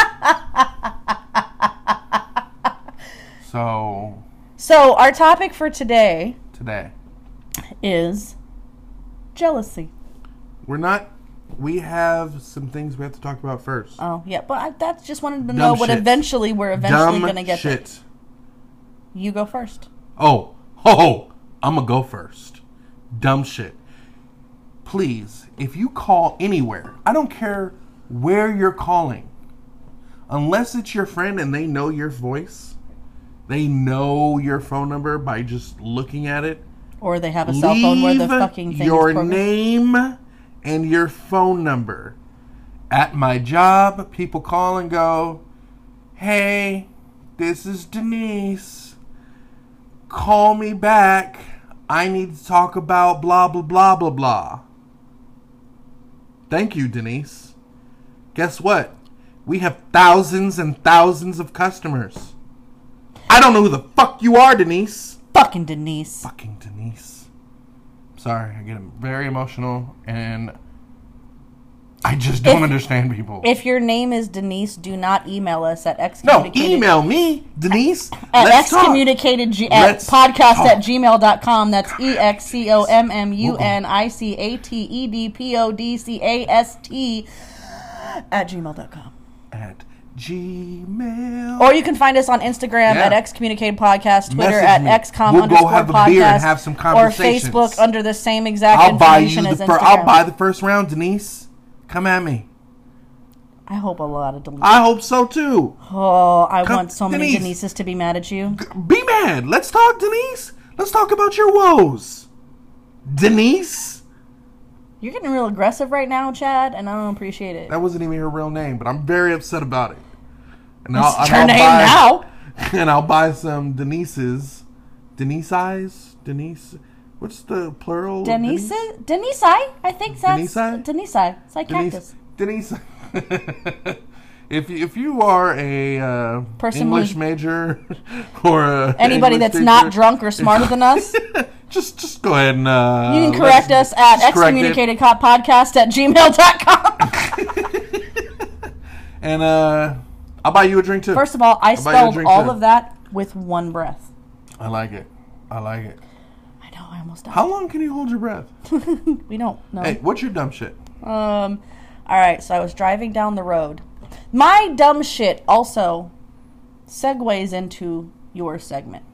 [SPEAKER 2] so
[SPEAKER 1] So, our topic for today
[SPEAKER 2] today
[SPEAKER 1] is jealousy.
[SPEAKER 2] we're not we have some things we have to talk about first.
[SPEAKER 1] Oh yeah, but I, that's just wanted to
[SPEAKER 2] Dumb
[SPEAKER 1] know what
[SPEAKER 2] shit.
[SPEAKER 1] eventually we're eventually
[SPEAKER 2] Dumb
[SPEAKER 1] gonna get. to.
[SPEAKER 2] shit.
[SPEAKER 1] You go first.
[SPEAKER 2] Oh, ho ho. I'm going to go first. Dumb shit. Please, if you call anywhere, I don't care where you're calling, unless it's your friend and they know your voice, they know your phone number by just looking at it.
[SPEAKER 1] Or they have a cell phone where the
[SPEAKER 2] Leave
[SPEAKER 1] fucking thing
[SPEAKER 2] your
[SPEAKER 1] is programmed.
[SPEAKER 2] name and your phone number. At my job, people call and go, "Hey, this is Denise. Call me back. I need to talk about blah blah blah blah blah." Thank you, Denise. Guess what? We have thousands and thousands of customers. I don't know who the fuck you are, Denise
[SPEAKER 1] Fucking Denise.
[SPEAKER 2] fucking Denise. Sorry, I get very emotional and I just don't
[SPEAKER 1] If-
[SPEAKER 2] understand people.
[SPEAKER 1] If your name is Denise, do not email us at
[SPEAKER 2] no,
[SPEAKER 1] excommunicated.
[SPEAKER 2] email me, Denise.
[SPEAKER 1] At
[SPEAKER 2] Let's talk.
[SPEAKER 1] excommunicated g- at
[SPEAKER 2] Let's
[SPEAKER 1] podcast
[SPEAKER 2] talk.
[SPEAKER 1] at gmail.com. That's E X C O M M U N I C A T E D P O D C A S T at gmail.com.
[SPEAKER 2] at Gmail.
[SPEAKER 1] Or you can find us on Instagram
[SPEAKER 2] Yeah.
[SPEAKER 1] at excommunicated podcast, Twitter
[SPEAKER 2] Message
[SPEAKER 1] at
[SPEAKER 2] me.
[SPEAKER 1] excom
[SPEAKER 2] We'll go
[SPEAKER 1] underscore
[SPEAKER 2] have a
[SPEAKER 1] podcast,
[SPEAKER 2] beer and have some conversations.
[SPEAKER 1] or Facebook under the same exact
[SPEAKER 2] I'll buy you
[SPEAKER 1] information
[SPEAKER 2] the
[SPEAKER 1] as
[SPEAKER 2] fir-
[SPEAKER 1] Instagram.
[SPEAKER 2] I'll buy the first round, Denise. Come at me.
[SPEAKER 1] I hope a lot of Denise.
[SPEAKER 2] I hope so too.
[SPEAKER 1] Oh, I
[SPEAKER 2] Come-
[SPEAKER 1] want so many
[SPEAKER 2] Denise.
[SPEAKER 1] Denises to be mad at you.
[SPEAKER 2] Be mad. Let's talk, Denise. Let's talk about your woes. Denise?
[SPEAKER 1] You're getting real aggressive right now, Chad, and I don't appreciate it.
[SPEAKER 2] That wasn't even her real name, but I'm very upset about it. And
[SPEAKER 1] It's your
[SPEAKER 2] I'll
[SPEAKER 1] name
[SPEAKER 2] buy-
[SPEAKER 1] now.
[SPEAKER 2] and I'll buy some Denise's. Denise eyes? Denise? What's the plural? of
[SPEAKER 1] Denise,
[SPEAKER 2] Denise?
[SPEAKER 1] Denise, I think that's
[SPEAKER 2] Denise?
[SPEAKER 1] Denise. It's like
[SPEAKER 2] Denise.
[SPEAKER 1] cactus.
[SPEAKER 2] Denise. if, you, if you are a uh,
[SPEAKER 1] Person
[SPEAKER 2] English
[SPEAKER 1] who-
[SPEAKER 2] major or a
[SPEAKER 1] Anybody
[SPEAKER 2] English
[SPEAKER 1] that's
[SPEAKER 2] teacher,
[SPEAKER 1] not drunk or smarter than us, you
[SPEAKER 2] just just go ahead and uh,
[SPEAKER 1] can
[SPEAKER 2] let's-
[SPEAKER 1] correct us at
[SPEAKER 2] just correct it.
[SPEAKER 1] excommunicated cop podcast at gmail.com.
[SPEAKER 2] And uh, I'll buy you a drink too.
[SPEAKER 1] First of all, I
[SPEAKER 2] I'll buy you a
[SPEAKER 1] spelled
[SPEAKER 2] drink,
[SPEAKER 1] all
[SPEAKER 2] too.
[SPEAKER 1] of that with one breath.
[SPEAKER 2] I like it. I like it.
[SPEAKER 1] I know, I almost died.
[SPEAKER 2] How long can you hold your breath?
[SPEAKER 1] We don't know.
[SPEAKER 2] Hey, what's your dumb shit?
[SPEAKER 1] Um, all right, so I was driving down the road. My dumb shit also segues into your segment.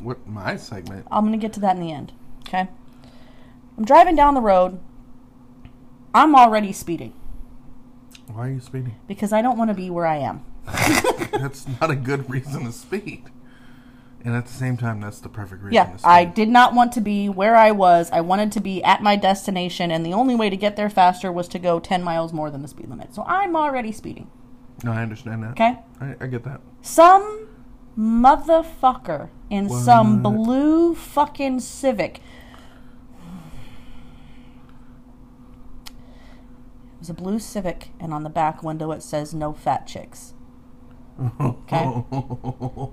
[SPEAKER 2] What my segment?
[SPEAKER 1] I'm gonna get to that in the end. Okay. I'm driving down the road. I'm already speeding
[SPEAKER 2] Why are you speeding?
[SPEAKER 1] because I don't want to be where I am.
[SPEAKER 2] that's not a good reason to speed. And at the same time, that's the perfect reason
[SPEAKER 1] Yeah,
[SPEAKER 2] to speed.
[SPEAKER 1] I did not want to be where I was. I wanted to be at my destination, and the only way to get there faster was to go 10 miles more than the speed limit. So I'm already speeding.
[SPEAKER 2] No, I understand that.
[SPEAKER 1] Okay.
[SPEAKER 2] I, I get that.
[SPEAKER 1] Some motherfucker in some
[SPEAKER 2] What?
[SPEAKER 1] blue fucking Civic. It was a blue Civic, and on the back window it says no fat chicks. Okay.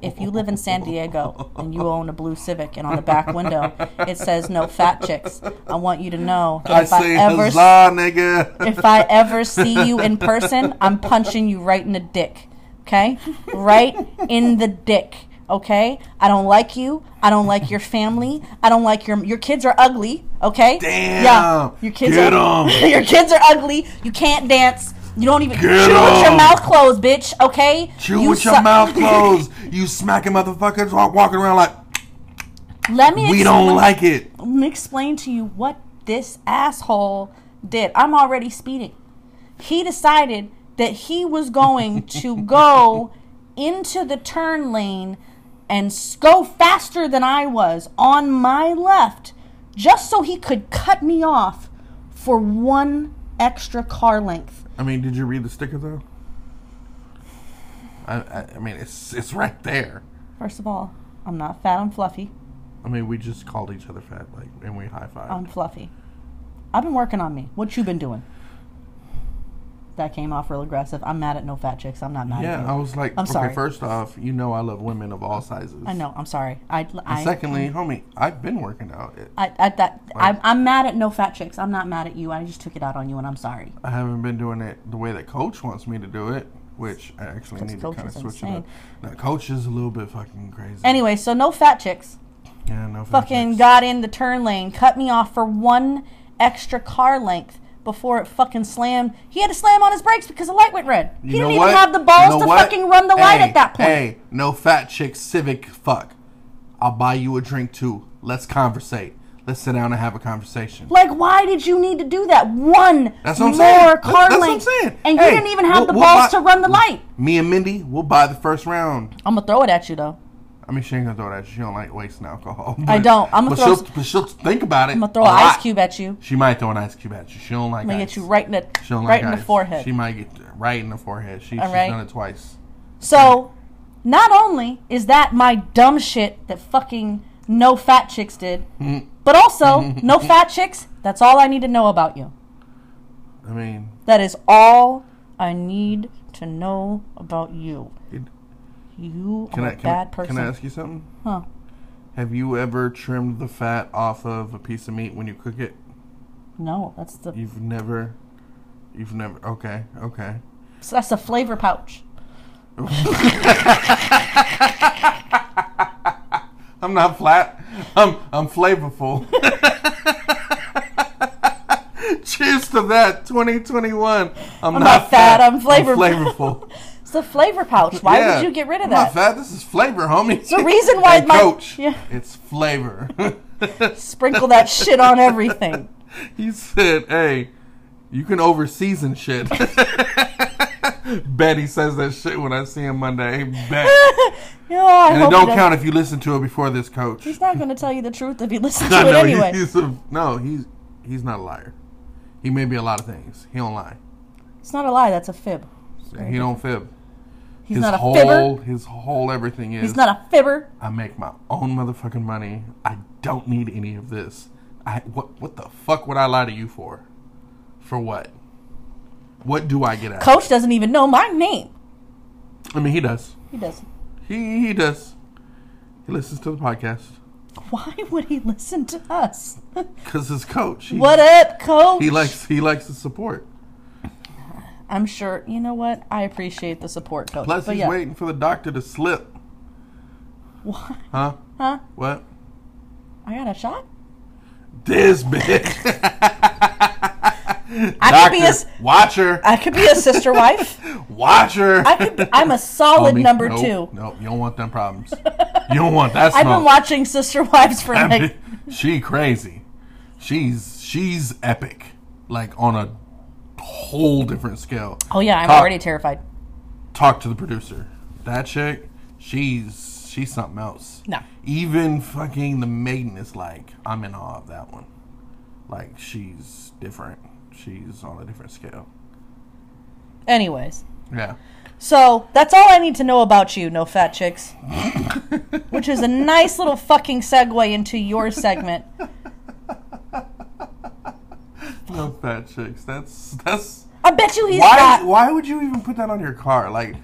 [SPEAKER 1] If you live in San Diego and you own a blue Civic, and on the back window it says no fat chicks, I want you to know that
[SPEAKER 2] I
[SPEAKER 1] if I
[SPEAKER 2] say
[SPEAKER 1] ever
[SPEAKER 2] huzzah, nigga.
[SPEAKER 1] if I ever see you in person, I'm punching you right in the dick. Okay? Right in the dick. Okay? I don't like you. I don't like your family. I don't like your your kids are ugly. Okay?
[SPEAKER 2] Damn.
[SPEAKER 1] Your kids
[SPEAKER 2] Get
[SPEAKER 1] are
[SPEAKER 2] 'em.
[SPEAKER 1] your kids are ugly. You can't dance. You don't even
[SPEAKER 2] Get
[SPEAKER 1] chew with your
[SPEAKER 2] 'em.
[SPEAKER 1] mouth closed, bitch. Okay?
[SPEAKER 2] Chew
[SPEAKER 1] You
[SPEAKER 2] with your
[SPEAKER 1] suck.
[SPEAKER 2] mouth closed. you smacking motherfuckers wa- walking around like
[SPEAKER 1] Let me
[SPEAKER 2] we
[SPEAKER 1] explain-
[SPEAKER 2] don't like it.
[SPEAKER 1] Let me explain to you what this asshole did. I'm already speeding. He decided that he was going to go into the turn lane and s- go faster than I was on my left just so he could cut me off for one extra car length.
[SPEAKER 2] I mean, did you read the sticker though? I, I, I mean, it's it's right there.
[SPEAKER 1] First of all, I'm not fat, I'm fluffy.
[SPEAKER 2] I mean, we just called each other fat, like, and we high fived.
[SPEAKER 1] I'm fluffy. I've been working on me. What you been doing? That came off real aggressive. I'm mad at no fat chicks. I'm not mad at
[SPEAKER 2] yeah,
[SPEAKER 1] you.
[SPEAKER 2] I was like,
[SPEAKER 1] I'm
[SPEAKER 2] okay,
[SPEAKER 1] sorry.
[SPEAKER 2] first off, you know I love women of all sizes.
[SPEAKER 1] I know. I'm sorry. I,
[SPEAKER 2] And
[SPEAKER 1] I
[SPEAKER 2] secondly, homie, I've been working out. It-
[SPEAKER 1] I, I, that,
[SPEAKER 2] Like-
[SPEAKER 1] I'm, I'm mad at no fat chicks. I'm not mad at you. I just took it out on you, and I'm sorry.
[SPEAKER 2] I haven't been doing it the way that coach wants me to do it, which I actually
[SPEAKER 1] Because
[SPEAKER 2] need to
[SPEAKER 1] Coach
[SPEAKER 2] kind of
[SPEAKER 1] is
[SPEAKER 2] switch it
[SPEAKER 1] insane.
[SPEAKER 2] up. Now, coach is a little bit fucking crazy.
[SPEAKER 1] Anyway, so no fat chicks
[SPEAKER 2] yeah, no
[SPEAKER 1] fucking got in the turn lane, cut me off for one extra car length before it fucking slammed. He had to slam on his brakes because the light went red.
[SPEAKER 2] You
[SPEAKER 1] he
[SPEAKER 2] know
[SPEAKER 1] didn't
[SPEAKER 2] what?
[SPEAKER 1] even have the
[SPEAKER 2] You
[SPEAKER 1] balls
[SPEAKER 2] know
[SPEAKER 1] to
[SPEAKER 2] what?
[SPEAKER 1] fucking run the light
[SPEAKER 2] Hey,
[SPEAKER 1] at that point.
[SPEAKER 2] Hey, no fat chick civic fuck. I'll buy you a drink too. Let's conversate. Let's sit down and have a conversation.
[SPEAKER 1] Like, why did you need to do that? One
[SPEAKER 2] That's what
[SPEAKER 1] more
[SPEAKER 2] I'm saying. That's-
[SPEAKER 1] car
[SPEAKER 2] that's what I'm
[SPEAKER 1] length,
[SPEAKER 2] saying.
[SPEAKER 1] and
[SPEAKER 2] Hey,
[SPEAKER 1] you didn't even have
[SPEAKER 2] we'll-
[SPEAKER 1] the
[SPEAKER 2] we'll
[SPEAKER 1] balls to
[SPEAKER 2] buy-
[SPEAKER 1] run the light.
[SPEAKER 2] Me and Mindy, we'll buy the first round.
[SPEAKER 1] I'm gonna throw it at you though.
[SPEAKER 2] I mean, she ain't gonna throw it at you. She don't like wasting alcohol.
[SPEAKER 1] I
[SPEAKER 2] But-
[SPEAKER 1] don't. I'ma
[SPEAKER 2] but
[SPEAKER 1] throw-
[SPEAKER 2] She'll, but she'll think about it.
[SPEAKER 1] I'm gonna throw
[SPEAKER 2] a
[SPEAKER 1] an ice
[SPEAKER 2] lot.
[SPEAKER 1] cube at you.
[SPEAKER 2] She might throw an ice cube at you. She don't like.
[SPEAKER 1] I'm gonna
[SPEAKER 2] ice.
[SPEAKER 1] get you right in the
[SPEAKER 2] She don't
[SPEAKER 1] right
[SPEAKER 2] like
[SPEAKER 1] in the
[SPEAKER 2] ice.
[SPEAKER 1] forehead.
[SPEAKER 2] She might get right in the forehead. She,
[SPEAKER 1] All
[SPEAKER 2] she's
[SPEAKER 1] right.
[SPEAKER 2] done it twice.
[SPEAKER 1] So, not only is that my dumb shit that fucking no fat chicks did,
[SPEAKER 2] Hmm.
[SPEAKER 1] but also no fat chicks. That's all I need to know about you.
[SPEAKER 2] I mean,
[SPEAKER 1] That is all I need to know about you.
[SPEAKER 2] it-
[SPEAKER 1] You
[SPEAKER 2] can
[SPEAKER 1] are
[SPEAKER 2] I
[SPEAKER 1] a
[SPEAKER 2] can, I-
[SPEAKER 1] bad person.
[SPEAKER 2] can I ask you something?
[SPEAKER 1] Huh.
[SPEAKER 2] Have you ever trimmed the fat off of a piece of meat when you cook it?
[SPEAKER 1] No, that's the
[SPEAKER 2] You've never. You've never. Okay. Okay.
[SPEAKER 1] that's the flavor pouch.
[SPEAKER 2] I'm not flat. I'm I'm flavorful. Cheers to that, 2021. I'm,
[SPEAKER 1] not fat, I'm
[SPEAKER 2] flavorful.
[SPEAKER 1] flavorful. It's the flavor pouch. Why
[SPEAKER 2] Yeah.
[SPEAKER 1] would you get rid of
[SPEAKER 2] I'm
[SPEAKER 1] that?
[SPEAKER 2] Not fat. This is flavor, homie.
[SPEAKER 1] The reason why
[SPEAKER 2] Hey,
[SPEAKER 1] my-
[SPEAKER 2] coach,
[SPEAKER 1] Yeah.
[SPEAKER 2] it's flavor.
[SPEAKER 1] Sprinkle that shit on everything.
[SPEAKER 2] he said, "Hey, you can overseason shit." Bet he says that shit when I see him Monday. Bet,
[SPEAKER 1] Yeah, I
[SPEAKER 2] and it
[SPEAKER 1] hope he
[SPEAKER 2] don't
[SPEAKER 1] doesn't-
[SPEAKER 2] count if you listen to it before this, coach.
[SPEAKER 1] He's not going to tell you the truth if he listens to
[SPEAKER 2] No,
[SPEAKER 1] it
[SPEAKER 2] no,
[SPEAKER 1] anyway.
[SPEAKER 2] he- he's a, no, he's he's not a liar. He may be a lot of things. He don't lie.
[SPEAKER 1] It's not a lie. That's a fib.
[SPEAKER 2] He don't fib.
[SPEAKER 1] He's
[SPEAKER 2] his
[SPEAKER 1] not a
[SPEAKER 2] whole
[SPEAKER 1] fibber.
[SPEAKER 2] his whole everything is.
[SPEAKER 1] He's not a fibber.
[SPEAKER 2] I make my own motherfucking money. I don't need any of this. I what what the fuck would I lie to you for? For what? What do I get out? of
[SPEAKER 1] Coach doesn't even know my name.
[SPEAKER 2] it? I mean, he does.
[SPEAKER 1] He doesn't.
[SPEAKER 2] He he does. He listens to the podcast
[SPEAKER 1] Why would he listen to us?
[SPEAKER 2] because his coach. He,
[SPEAKER 1] what up, coach?
[SPEAKER 2] He likes he likes the support.
[SPEAKER 1] I'm sure. You know what? I appreciate the support, coach.
[SPEAKER 2] Plus,
[SPEAKER 1] but
[SPEAKER 2] he's
[SPEAKER 1] yeah.
[SPEAKER 2] waiting for the doctor to slip.
[SPEAKER 1] Why?
[SPEAKER 2] Huh?
[SPEAKER 1] Huh?
[SPEAKER 2] What?
[SPEAKER 1] I got a shot.
[SPEAKER 2] This bitch.
[SPEAKER 1] I could
[SPEAKER 2] Doctor,
[SPEAKER 1] be a s-
[SPEAKER 2] watch her.
[SPEAKER 1] I could be a sister wife.
[SPEAKER 2] Watch her.
[SPEAKER 1] I could. I'm a solid
[SPEAKER 2] Homie,
[SPEAKER 1] number
[SPEAKER 2] nope,
[SPEAKER 1] two.
[SPEAKER 2] Nope, you don't want them problems. you don't want that smoke.
[SPEAKER 1] I've been watching Sister Wives for
[SPEAKER 2] That
[SPEAKER 1] like
[SPEAKER 2] bi- she crazy. She's she's epic. Like on a whole different scale.
[SPEAKER 1] Oh yeah, I'm
[SPEAKER 2] Talk-
[SPEAKER 1] already terrified.
[SPEAKER 2] Talk to the producer. That chick, she's she's something else.
[SPEAKER 1] No.
[SPEAKER 2] Even fucking the maiden is like, I'm in awe of that one. Like she's different. She's on a different scale.
[SPEAKER 1] Anyways,
[SPEAKER 2] Yeah.
[SPEAKER 1] so that's all I need to know about you, no fat chicks. Which is a nice little fucking segue into your segment.
[SPEAKER 2] No fat chicks. That's that's
[SPEAKER 1] I bet you he's
[SPEAKER 2] why
[SPEAKER 1] got
[SPEAKER 2] why would you even put that on your car? Like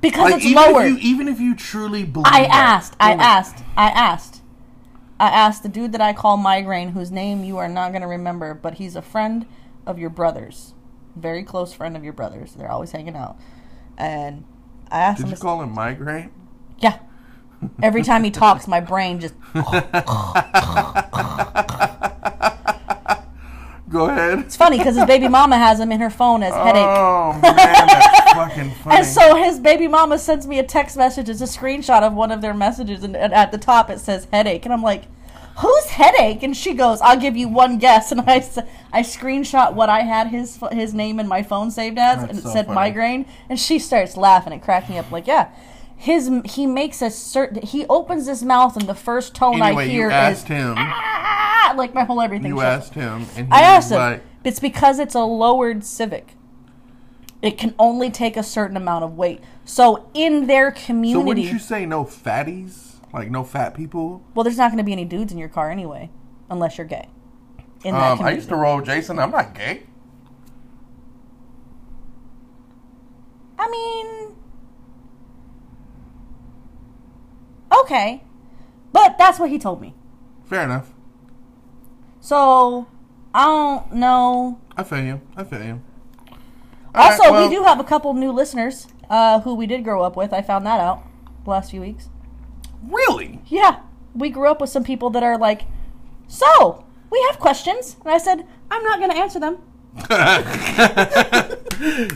[SPEAKER 1] because
[SPEAKER 2] like
[SPEAKER 1] it's
[SPEAKER 2] even
[SPEAKER 1] lower.
[SPEAKER 2] if you even if you truly believe
[SPEAKER 1] I
[SPEAKER 2] that,
[SPEAKER 1] asked. I
[SPEAKER 2] don't-
[SPEAKER 1] asked. I asked. I asked the dude that I call migraine, whose name you are not going to remember, but he's a friend of your brother's, very close friend of your brother's. They're always hanging out, and I asked
[SPEAKER 2] Did
[SPEAKER 1] him.
[SPEAKER 2] you
[SPEAKER 1] to-
[SPEAKER 2] call him migraine?
[SPEAKER 1] yeah. Every time he talks, my brain just
[SPEAKER 2] Go ahead.
[SPEAKER 1] It's funny because his baby mama has him in her phone as headache.
[SPEAKER 2] Oh man, that's fucking funny.
[SPEAKER 1] And so his baby mama sends me a text message. It's a screenshot of one of their messages, and, and at the top it says headache. And I'm like, whose headache? And she goes, I'll give you one guess. And I, s- I screenshot what I had his ph- his name in my phone saved as,
[SPEAKER 2] That's
[SPEAKER 1] and it
[SPEAKER 2] so
[SPEAKER 1] said
[SPEAKER 2] funny.
[SPEAKER 1] migraine. And she starts laughing. It cracked me up. Like, yeah. His he makes a certain he opens his mouth and the first tone
[SPEAKER 2] anyway,
[SPEAKER 1] I hear
[SPEAKER 2] you asked
[SPEAKER 1] is
[SPEAKER 2] him.
[SPEAKER 1] ah, like my whole everything.
[SPEAKER 2] You
[SPEAKER 1] shuts up.
[SPEAKER 2] asked him, and he
[SPEAKER 1] I asked
[SPEAKER 2] was
[SPEAKER 1] him.
[SPEAKER 2] like,
[SPEAKER 1] It's because it's a lowered Civic. It can only take a certain amount of weight. So in their
[SPEAKER 2] "So wouldn't
[SPEAKER 1] community,
[SPEAKER 2] you say no fatties? Like no fat people?"
[SPEAKER 1] well, there's not going to be any dudes in your car anyway, unless you're gay. In that
[SPEAKER 2] Um, I
[SPEAKER 1] community,
[SPEAKER 2] used to roll with Jason. I'm not gay.
[SPEAKER 1] I mean, okay, but that's what he told me.
[SPEAKER 2] Fair enough.
[SPEAKER 1] So I don't know.
[SPEAKER 2] I feel you. I feel you. All right,
[SPEAKER 1] Also,
[SPEAKER 2] well,
[SPEAKER 1] we do have a couple new listeners uh, who we did grow up with. I found that out the last few weeks.
[SPEAKER 2] really.
[SPEAKER 1] yeah, we grew up with some people that are like, so we have questions, and I said I'm not going to answer them.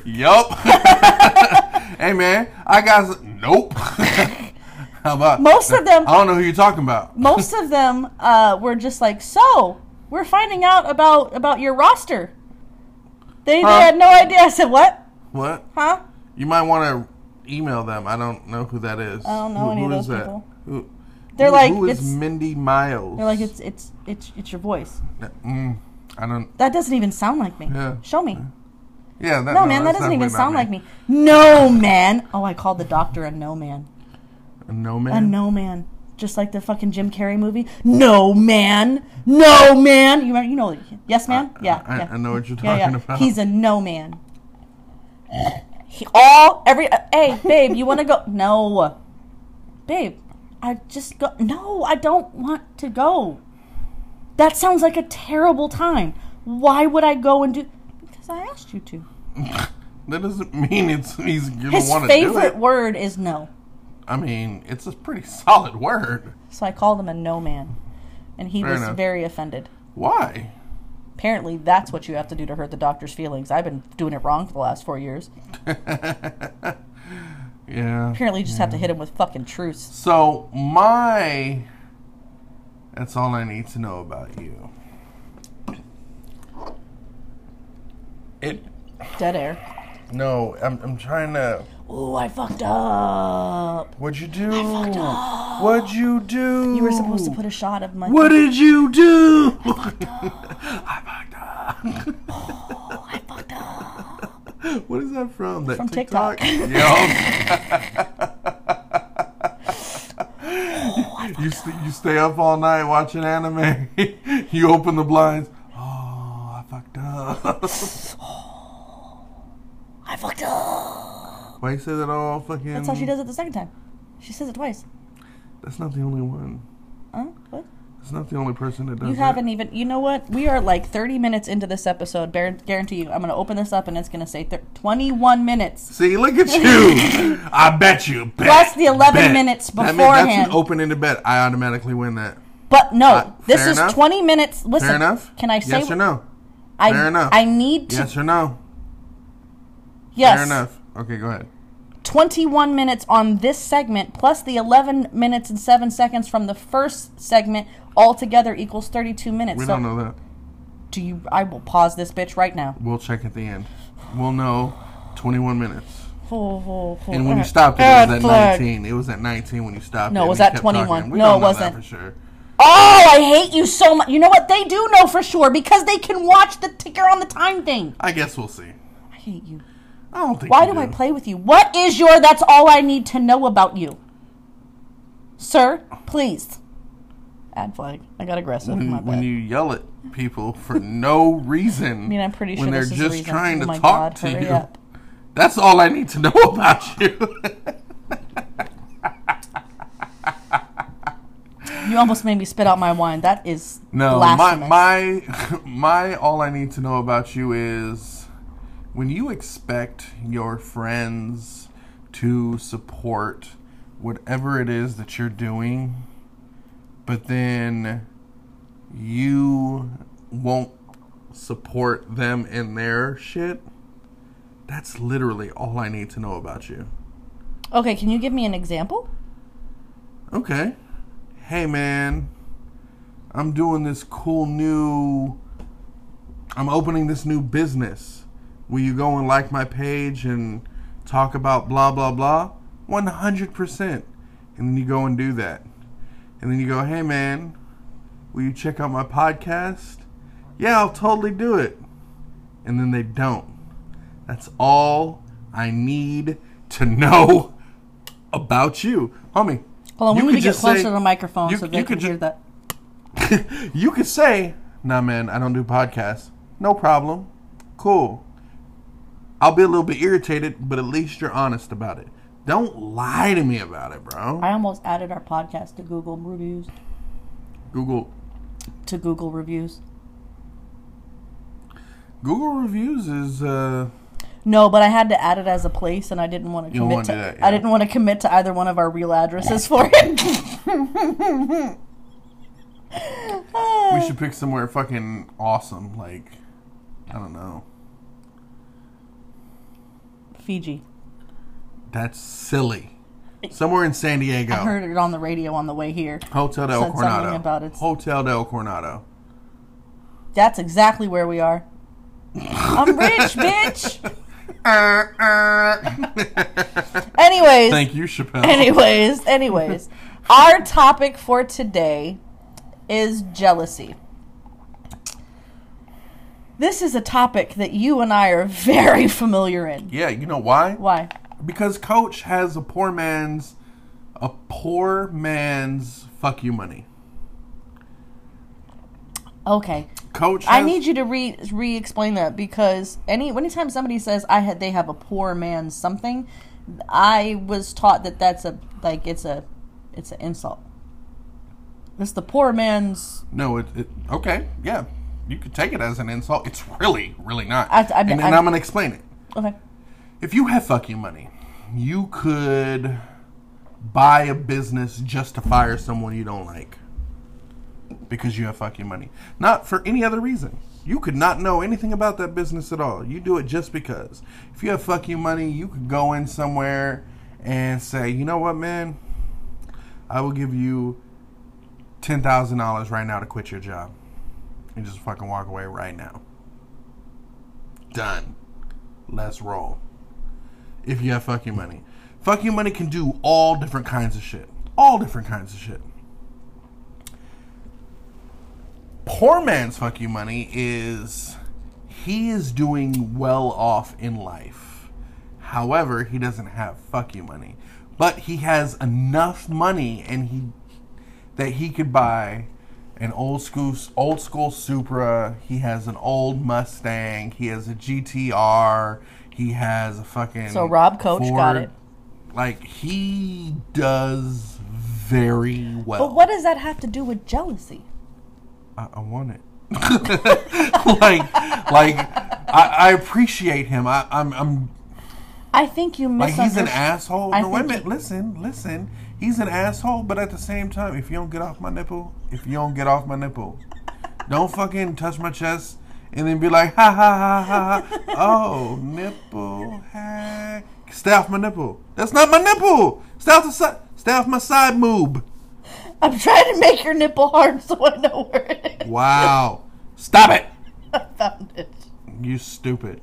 [SPEAKER 2] yup. hey man, I got s- nope. How about
[SPEAKER 1] Most of them-
[SPEAKER 2] I don't know who you're talking about.
[SPEAKER 1] Most of them uh, were just like, "So we're finding out about about your roster." They,
[SPEAKER 2] Huh?
[SPEAKER 1] they had no idea. I said, "What?
[SPEAKER 2] What?
[SPEAKER 1] Huh?"
[SPEAKER 2] You might want to email them. I don't know who that is. I
[SPEAKER 1] don't know any of
[SPEAKER 2] is
[SPEAKER 1] those
[SPEAKER 2] that?
[SPEAKER 1] people.
[SPEAKER 2] Who,
[SPEAKER 1] They're
[SPEAKER 2] who-
[SPEAKER 1] like,
[SPEAKER 2] who is
[SPEAKER 1] it's-
[SPEAKER 2] Mindy Miles?
[SPEAKER 1] They're like, "It's it's it's it's your voice."
[SPEAKER 2] Mm, I don't.
[SPEAKER 1] That doesn't even sound like me.
[SPEAKER 2] Yeah.
[SPEAKER 1] Show me.
[SPEAKER 2] Yeah, that,
[SPEAKER 1] No, man, that
[SPEAKER 2] that's
[SPEAKER 1] doesn't even sound
[SPEAKER 2] definitely not
[SPEAKER 1] like me. No, man. Oh, I called the doctor a no man.
[SPEAKER 2] A no man.
[SPEAKER 1] A no man. Just like the fucking Jim Carrey movie. No man. No man. You remember, you know Yes man? yeah.
[SPEAKER 2] I-
[SPEAKER 1] yeah.
[SPEAKER 2] I know what you're
[SPEAKER 1] Yeah, yeah.
[SPEAKER 2] talking about.
[SPEAKER 1] He's a no man. He all every uh, hey, babe, you want to go? No. Babe, I just go No, I don't want to go. That sounds like a terrible time. Why would I go and do because I asked you to.
[SPEAKER 2] That doesn't mean it's he's you don't
[SPEAKER 1] His
[SPEAKER 2] want to do
[SPEAKER 1] favorite
[SPEAKER 2] it.
[SPEAKER 1] word is no.
[SPEAKER 2] I mean, it's a pretty solid word.
[SPEAKER 1] So I called him a no man. And he
[SPEAKER 2] Fair
[SPEAKER 1] was
[SPEAKER 2] enough.
[SPEAKER 1] very offended.
[SPEAKER 2] Why?
[SPEAKER 1] Apparently, that's what you have to do to hurt the doctor's feelings. I've been doing it wrong for the last four years.
[SPEAKER 2] Yeah.
[SPEAKER 1] Apparently, you just have to hit him with fucking truce.
[SPEAKER 2] So my that's all I need to know about you. It
[SPEAKER 1] Dead air.
[SPEAKER 2] no, I'm I'm trying to
[SPEAKER 1] Ooh, I fucked up.
[SPEAKER 2] what'd you do? What'd you do?
[SPEAKER 1] You were supposed to put a shot of my.
[SPEAKER 2] What did you do? I fucked up.
[SPEAKER 1] I fucked up.
[SPEAKER 2] What is that from? That
[SPEAKER 1] From
[SPEAKER 2] TikTok?
[SPEAKER 1] TikTok.
[SPEAKER 2] yeah. Oh, you st- you stay up all night watching anime. you open the blinds. Oh, I fucked up.
[SPEAKER 1] I fucked up.
[SPEAKER 2] Why you say that all fucking?
[SPEAKER 1] That's how she does it the second time. She says it twice.
[SPEAKER 2] That's not the only one.
[SPEAKER 1] Huh? What?
[SPEAKER 2] That's not the only person that does.
[SPEAKER 1] You
[SPEAKER 2] that.
[SPEAKER 1] haven't even. You know what? We are like 30 minutes into this episode. Bar- guarantee you. I'm going to open this up and it's going to say thir- 21 minutes.
[SPEAKER 2] See, look at you. I bet you. Bet,
[SPEAKER 1] Plus the 11
[SPEAKER 2] bet.
[SPEAKER 1] minutes
[SPEAKER 2] That mean- that's
[SPEAKER 1] beforehand.
[SPEAKER 2] an open ended bet. I automatically win that.
[SPEAKER 1] But no,
[SPEAKER 2] Uh,
[SPEAKER 1] this
[SPEAKER 2] fair
[SPEAKER 1] is
[SPEAKER 2] enough?
[SPEAKER 1] 20 minutes. Listen.
[SPEAKER 2] Fair enough.
[SPEAKER 1] Can I say.
[SPEAKER 2] yes or no?
[SPEAKER 1] I,
[SPEAKER 2] Fair enough.
[SPEAKER 1] I need to.
[SPEAKER 2] Yes or no?
[SPEAKER 1] yes.
[SPEAKER 2] Fair enough. Okay, go ahead.
[SPEAKER 1] 21 minutes on this segment plus the 11 minutes and 7 seconds from the first segment altogether equals 32 minutes.
[SPEAKER 2] We
[SPEAKER 1] so
[SPEAKER 2] don't know that.
[SPEAKER 1] do you I will pause this bitch right now.
[SPEAKER 2] We'll check at the end. We'll know 21 minutes.
[SPEAKER 1] Oh, oh, oh.
[SPEAKER 2] And when
[SPEAKER 1] All
[SPEAKER 2] you
[SPEAKER 1] right.
[SPEAKER 2] stopped, it
[SPEAKER 1] Red
[SPEAKER 2] was at
[SPEAKER 1] flag.
[SPEAKER 2] 19. It was at 19 when you stopped.
[SPEAKER 1] No, it
[SPEAKER 2] and
[SPEAKER 1] was
[SPEAKER 2] we
[SPEAKER 1] at
[SPEAKER 2] kept
[SPEAKER 1] 21.
[SPEAKER 2] talking. We
[SPEAKER 1] No, it
[SPEAKER 2] don't know that
[SPEAKER 1] wasn't.
[SPEAKER 2] for sure.
[SPEAKER 1] Oh, I hate you so much. You know what? They do know for sure because they can watch the ticker on the time thing.
[SPEAKER 2] I guess we'll see.
[SPEAKER 1] I hate you.
[SPEAKER 2] I don't think.
[SPEAKER 1] Why
[SPEAKER 2] you
[SPEAKER 1] do I play with you? What is your that's all I need to know about you? Sir, please. Ad flag. I got aggressive.
[SPEAKER 2] When,
[SPEAKER 1] My
[SPEAKER 2] when
[SPEAKER 1] bad.
[SPEAKER 2] you yell at people for no reason. I
[SPEAKER 1] mean, I'm pretty sure
[SPEAKER 2] when they're
[SPEAKER 1] this is the
[SPEAKER 2] just
[SPEAKER 1] reason.
[SPEAKER 2] trying
[SPEAKER 1] Oh
[SPEAKER 2] to
[SPEAKER 1] my
[SPEAKER 2] talk
[SPEAKER 1] God,
[SPEAKER 2] to
[SPEAKER 1] hurry
[SPEAKER 2] you.
[SPEAKER 1] up.
[SPEAKER 2] That's all I need to know about you.
[SPEAKER 1] You almost made me spit out my wine. That is
[SPEAKER 2] no, my
[SPEAKER 1] blasphemous.
[SPEAKER 2] my my all I need to know about you is when you expect your friends to support whatever it is that you're doing, but then you won't support them in their shit. That's literally all I need to know about you.
[SPEAKER 1] okay, can you give me an example?
[SPEAKER 2] Okay. Hey man, I'm doing this cool new. I'm opening this new business. Will you go and like my page and talk about blah blah blah? 100%. And then you go and do that. And then you go, hey man, will you check out my podcast? Yeah, I'll totally do it. And then they don't. That's all I need to know about you, homie.
[SPEAKER 1] Hold on,
[SPEAKER 2] you
[SPEAKER 1] we
[SPEAKER 2] could
[SPEAKER 1] need to get
[SPEAKER 2] just say-
[SPEAKER 1] closer to the microphone
[SPEAKER 2] you-
[SPEAKER 1] so they
[SPEAKER 2] you
[SPEAKER 1] can
[SPEAKER 2] could ju-
[SPEAKER 1] hear that.
[SPEAKER 2] you could say, nah, man, I don't do podcasts. No problem. Cool. I'll be a little bit irritated, but at least you're honest about it. Don't lie to me about it, bro.
[SPEAKER 1] I almost added our podcast to Google reviews.
[SPEAKER 2] Google
[SPEAKER 1] To Google reviews.
[SPEAKER 2] Google reviews is uh
[SPEAKER 1] No, but I had to add it as a place, and I didn't want to
[SPEAKER 2] don't
[SPEAKER 1] commit
[SPEAKER 2] wanna
[SPEAKER 1] to.
[SPEAKER 2] do that,
[SPEAKER 1] I
[SPEAKER 2] yeah.
[SPEAKER 1] didn't want to commit to either one of our real addresses for it.
[SPEAKER 2] we should pick somewhere fucking awesome, like I don't know.
[SPEAKER 1] Fiji.
[SPEAKER 2] That's silly. Somewhere in San Diego.
[SPEAKER 1] I heard it on the radio on the way here.
[SPEAKER 2] Hotel del
[SPEAKER 1] said something
[SPEAKER 2] Coronado.
[SPEAKER 1] about it's-
[SPEAKER 2] Hotel del Coronado.
[SPEAKER 1] That's exactly where we are. I'm rich, bitch. Anyways,
[SPEAKER 2] Thank you, Chappelle.
[SPEAKER 1] anyways, anyways, our topic for today is jealousy. This is a topic that you and I are very familiar in.
[SPEAKER 2] yeah, you know why?
[SPEAKER 1] Why?
[SPEAKER 2] Because Coach has a poor man's a poor man's fuck you money.
[SPEAKER 1] Okay.
[SPEAKER 2] Coach
[SPEAKER 1] I
[SPEAKER 2] has-
[SPEAKER 1] need you to re re explain that because any anytime somebody says I had they have a poor man something, I was taught that that's a like it's a it's an insult. It's the poor man's.
[SPEAKER 2] No, it, it okay, yeah. You could take it as an insult. It's really, really not.
[SPEAKER 1] I- I-
[SPEAKER 2] and, and
[SPEAKER 1] I-
[SPEAKER 2] I'm gonna explain it.
[SPEAKER 1] Okay.
[SPEAKER 2] If you have fuck you money, you could buy a business just to fire someone you don't like because you have fuck you money. Not for any other reason. You could not know anything about that business at all. You do it just because. If you have fuck you money, you could go in somewhere and say, you know what, man, I will give you ten thousand dollars right now to quit your job, and just fucking walk away right now. Done. Let's roll. If you have fuck you money, fuck you money can do all different kinds of shit. All different kinds of shit. Poor man's fuck you money is he is doing well off in life. However, he doesn't have fuck you money, but he has enough money and he that he could buy an old school old school Supra. He has an old Mustang. He has a GTR. He has a fucking
[SPEAKER 1] So Rob Coach got it.
[SPEAKER 2] Like he does very well.
[SPEAKER 1] But what does that have to do with jealousy?
[SPEAKER 2] I, I want it. like, like I, I appreciate him. I, I'm, I'm
[SPEAKER 1] I think you
[SPEAKER 2] like he's an
[SPEAKER 1] misunderstand.
[SPEAKER 2] asshole.
[SPEAKER 1] I
[SPEAKER 2] no, wait a
[SPEAKER 1] think
[SPEAKER 2] minute. Listen, listen. He's an asshole, but at the same time, if you don't get off my nipple, if you don't get off my nipple, don't fucking touch my chest and then be like, ha ha ha ha. ha. oh, nipple hack. Stay off my nipple. That's not my nipple. Stay off the side. Stay off my side moob.
[SPEAKER 1] I'm trying to make your nipple hard so I know where it is.
[SPEAKER 2] Wow. Stop it.
[SPEAKER 1] I found it.
[SPEAKER 2] You stupid.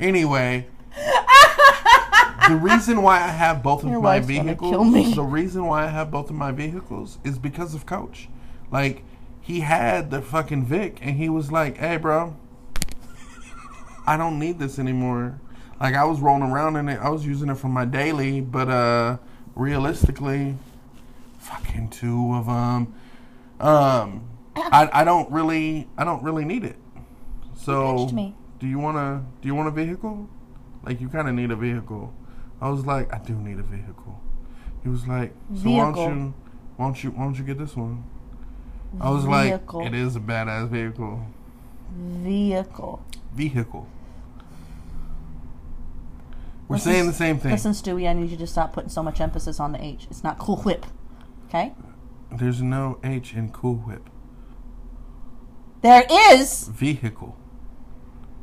[SPEAKER 2] Anyway, the reason why I have both of
[SPEAKER 1] Your
[SPEAKER 2] my
[SPEAKER 1] wife's gonna
[SPEAKER 2] vehicles,
[SPEAKER 1] kill me.
[SPEAKER 2] the reason why I have both of my vehicles is because of Coach. Like, he had the fucking Vic, and he was like, "Hey, bro, I don't need this anymore." Like, I was rolling around in it. I was using it for my daily, but uh, realistically, fucking two of them. Um, I I don't really I don't really need it. So
[SPEAKER 1] pitched me.
[SPEAKER 2] do you wanna do you want a vehicle? Like you kind of need a vehicle. I was like, I do need a vehicle. He was like, so why
[SPEAKER 1] Vehicle.
[SPEAKER 2] don't you why don't you why don't you get this one? I was
[SPEAKER 1] Vehicle.
[SPEAKER 2] like, it is a badass vehicle.
[SPEAKER 1] Vehicle.
[SPEAKER 2] Vehicle. We're
[SPEAKER 1] Listen,
[SPEAKER 2] saying the same thing.
[SPEAKER 1] Listen, Stewie, I need you to stop putting so much emphasis on the H. It's not cool whip. Okay?
[SPEAKER 2] There's no H in Cool Whip.
[SPEAKER 1] There is.
[SPEAKER 2] Vehicle.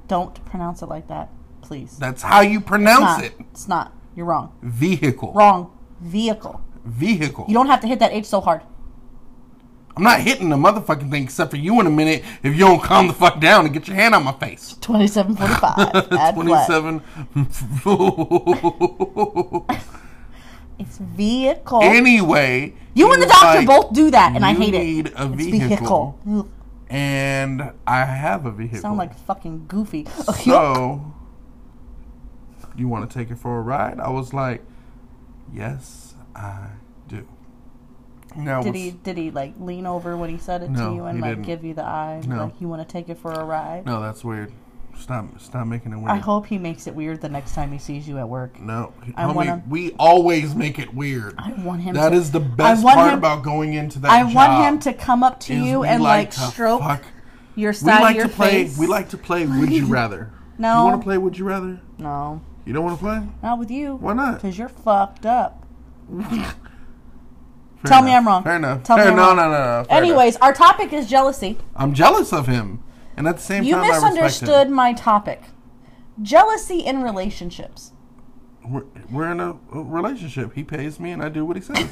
[SPEAKER 1] Don't pronounce it like that, please.
[SPEAKER 2] That's how you pronounce
[SPEAKER 1] not,
[SPEAKER 2] it.
[SPEAKER 1] It's not. You're wrong.
[SPEAKER 2] Vehicle.
[SPEAKER 1] Wrong. Vehicle.
[SPEAKER 2] Vehicle.
[SPEAKER 1] You don't have to hit that H so hard.
[SPEAKER 2] I'm not hitting the motherfucking thing except for you in a minute if you don't calm the fuck down and get your hand on my face.
[SPEAKER 1] 2745. Add what?
[SPEAKER 2] 27.
[SPEAKER 1] It's vehicle.
[SPEAKER 2] anyway.
[SPEAKER 1] you
[SPEAKER 2] he
[SPEAKER 1] and the
[SPEAKER 2] was
[SPEAKER 1] doctor
[SPEAKER 2] like,
[SPEAKER 1] both do that, and I
[SPEAKER 2] "You
[SPEAKER 1] hate it.
[SPEAKER 2] need a
[SPEAKER 1] it's
[SPEAKER 2] vehicle.
[SPEAKER 1] Ugh,
[SPEAKER 2] And I have a vehicle.
[SPEAKER 1] sound like fucking goofy.
[SPEAKER 2] So, you want to take it for a ride? I was like, yes, I do. Now,
[SPEAKER 1] did
[SPEAKER 2] what's-
[SPEAKER 1] he did he like lean over when he said it
[SPEAKER 2] No,
[SPEAKER 1] to you and
[SPEAKER 2] he
[SPEAKER 1] like
[SPEAKER 2] didn't.
[SPEAKER 1] give you the eye?
[SPEAKER 2] No.
[SPEAKER 1] Like you want to take it for a ride?
[SPEAKER 2] No, that's weird. Stop, stop making it weird.
[SPEAKER 1] I hope he makes it weird the next time he sees you at work.
[SPEAKER 2] No,
[SPEAKER 1] I
[SPEAKER 2] homie,
[SPEAKER 1] wanna-
[SPEAKER 2] we always make it weird.
[SPEAKER 1] I want him
[SPEAKER 2] That
[SPEAKER 1] to-
[SPEAKER 2] is the best
[SPEAKER 1] want
[SPEAKER 2] part
[SPEAKER 1] him-
[SPEAKER 2] about going into that.
[SPEAKER 1] I want
[SPEAKER 2] job
[SPEAKER 1] him to come up to
[SPEAKER 2] is
[SPEAKER 1] you
[SPEAKER 2] we
[SPEAKER 1] and like,
[SPEAKER 2] to
[SPEAKER 1] stroke
[SPEAKER 2] fuck-
[SPEAKER 1] your
[SPEAKER 2] We
[SPEAKER 1] side
[SPEAKER 2] like
[SPEAKER 1] of your
[SPEAKER 2] to play.
[SPEAKER 1] face.
[SPEAKER 2] We like to play. Would you rather?
[SPEAKER 1] No.
[SPEAKER 2] You want to play? Would you rather?
[SPEAKER 1] no,
[SPEAKER 2] You don't want to play?
[SPEAKER 1] not with you.
[SPEAKER 2] Why not?
[SPEAKER 1] Because you're fucked up.
[SPEAKER 2] Fair
[SPEAKER 1] Tell me
[SPEAKER 2] enough.
[SPEAKER 1] I'm wrong.
[SPEAKER 2] Fair enough.
[SPEAKER 1] Tell me
[SPEAKER 2] Fair-
[SPEAKER 1] I'm
[SPEAKER 2] no,
[SPEAKER 1] wrong.
[SPEAKER 2] no, no, no. fair enough.
[SPEAKER 1] Anyways, our topic is jealousy.
[SPEAKER 2] I'm jealous of him, and at the same
[SPEAKER 1] You
[SPEAKER 2] time, I respect him.
[SPEAKER 1] misunderstood my topic. Jealousy in relationships.
[SPEAKER 2] we're, we're in a a relationship. He pays me, and I do what he says.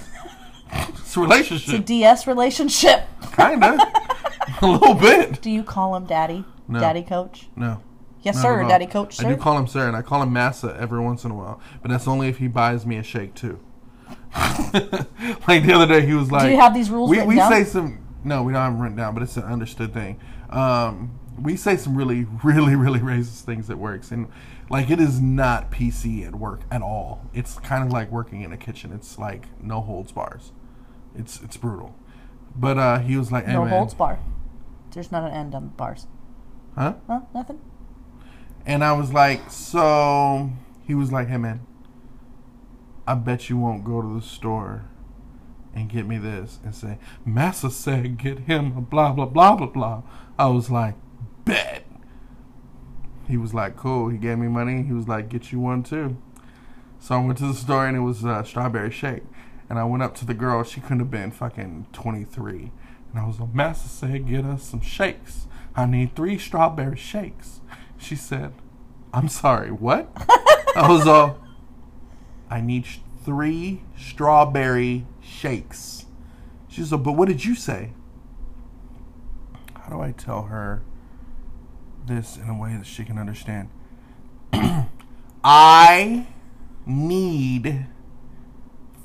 [SPEAKER 2] it's a relationship,
[SPEAKER 1] It's a DS relationship.
[SPEAKER 2] kinda, a little bit.
[SPEAKER 1] Do you call him daddy?
[SPEAKER 2] No.
[SPEAKER 1] Daddy coach?
[SPEAKER 2] No.
[SPEAKER 1] Yes,
[SPEAKER 2] not
[SPEAKER 1] sir,
[SPEAKER 2] at all.
[SPEAKER 1] daddy coach,
[SPEAKER 2] I
[SPEAKER 1] sir.
[SPEAKER 2] do call him sir, and I call him massa every once in a while, but that's only if he buys me a shake too. like the other day, he was like,
[SPEAKER 1] you have these rules
[SPEAKER 2] We,
[SPEAKER 1] written
[SPEAKER 2] we
[SPEAKER 1] down?
[SPEAKER 2] say some. No, we don't have them written down, but it's an understood thing. Um, we say some really, really, really racist things at works, and like it is not PC at work at all. It's kind of like working in a kitchen. It's like no holds bars. It's it's brutal. But uh, he was like, hey,
[SPEAKER 1] no
[SPEAKER 2] man.
[SPEAKER 1] holds bar. There's not an end on bars.
[SPEAKER 2] huh?"
[SPEAKER 1] Huh? Nothing?
[SPEAKER 2] And I was like, so he was like, hey man, I bet you won't go to the store and get me this and say, Massa said get him a blah blah blah blah blah. I was like, bet. He was like, cool. He gave me money. He was like, get you one too. So I went to the store and it was uh, strawberry shake. And I went up to the girl. She couldn't have been fucking 23. And I was like, Master said, get us some shakes. I need three strawberry shakes. She said, I'm sorry, what? I was all, I need sh- three strawberry shakes. She's like, but what did you say? How do I tell her this in a way that she can understand? I need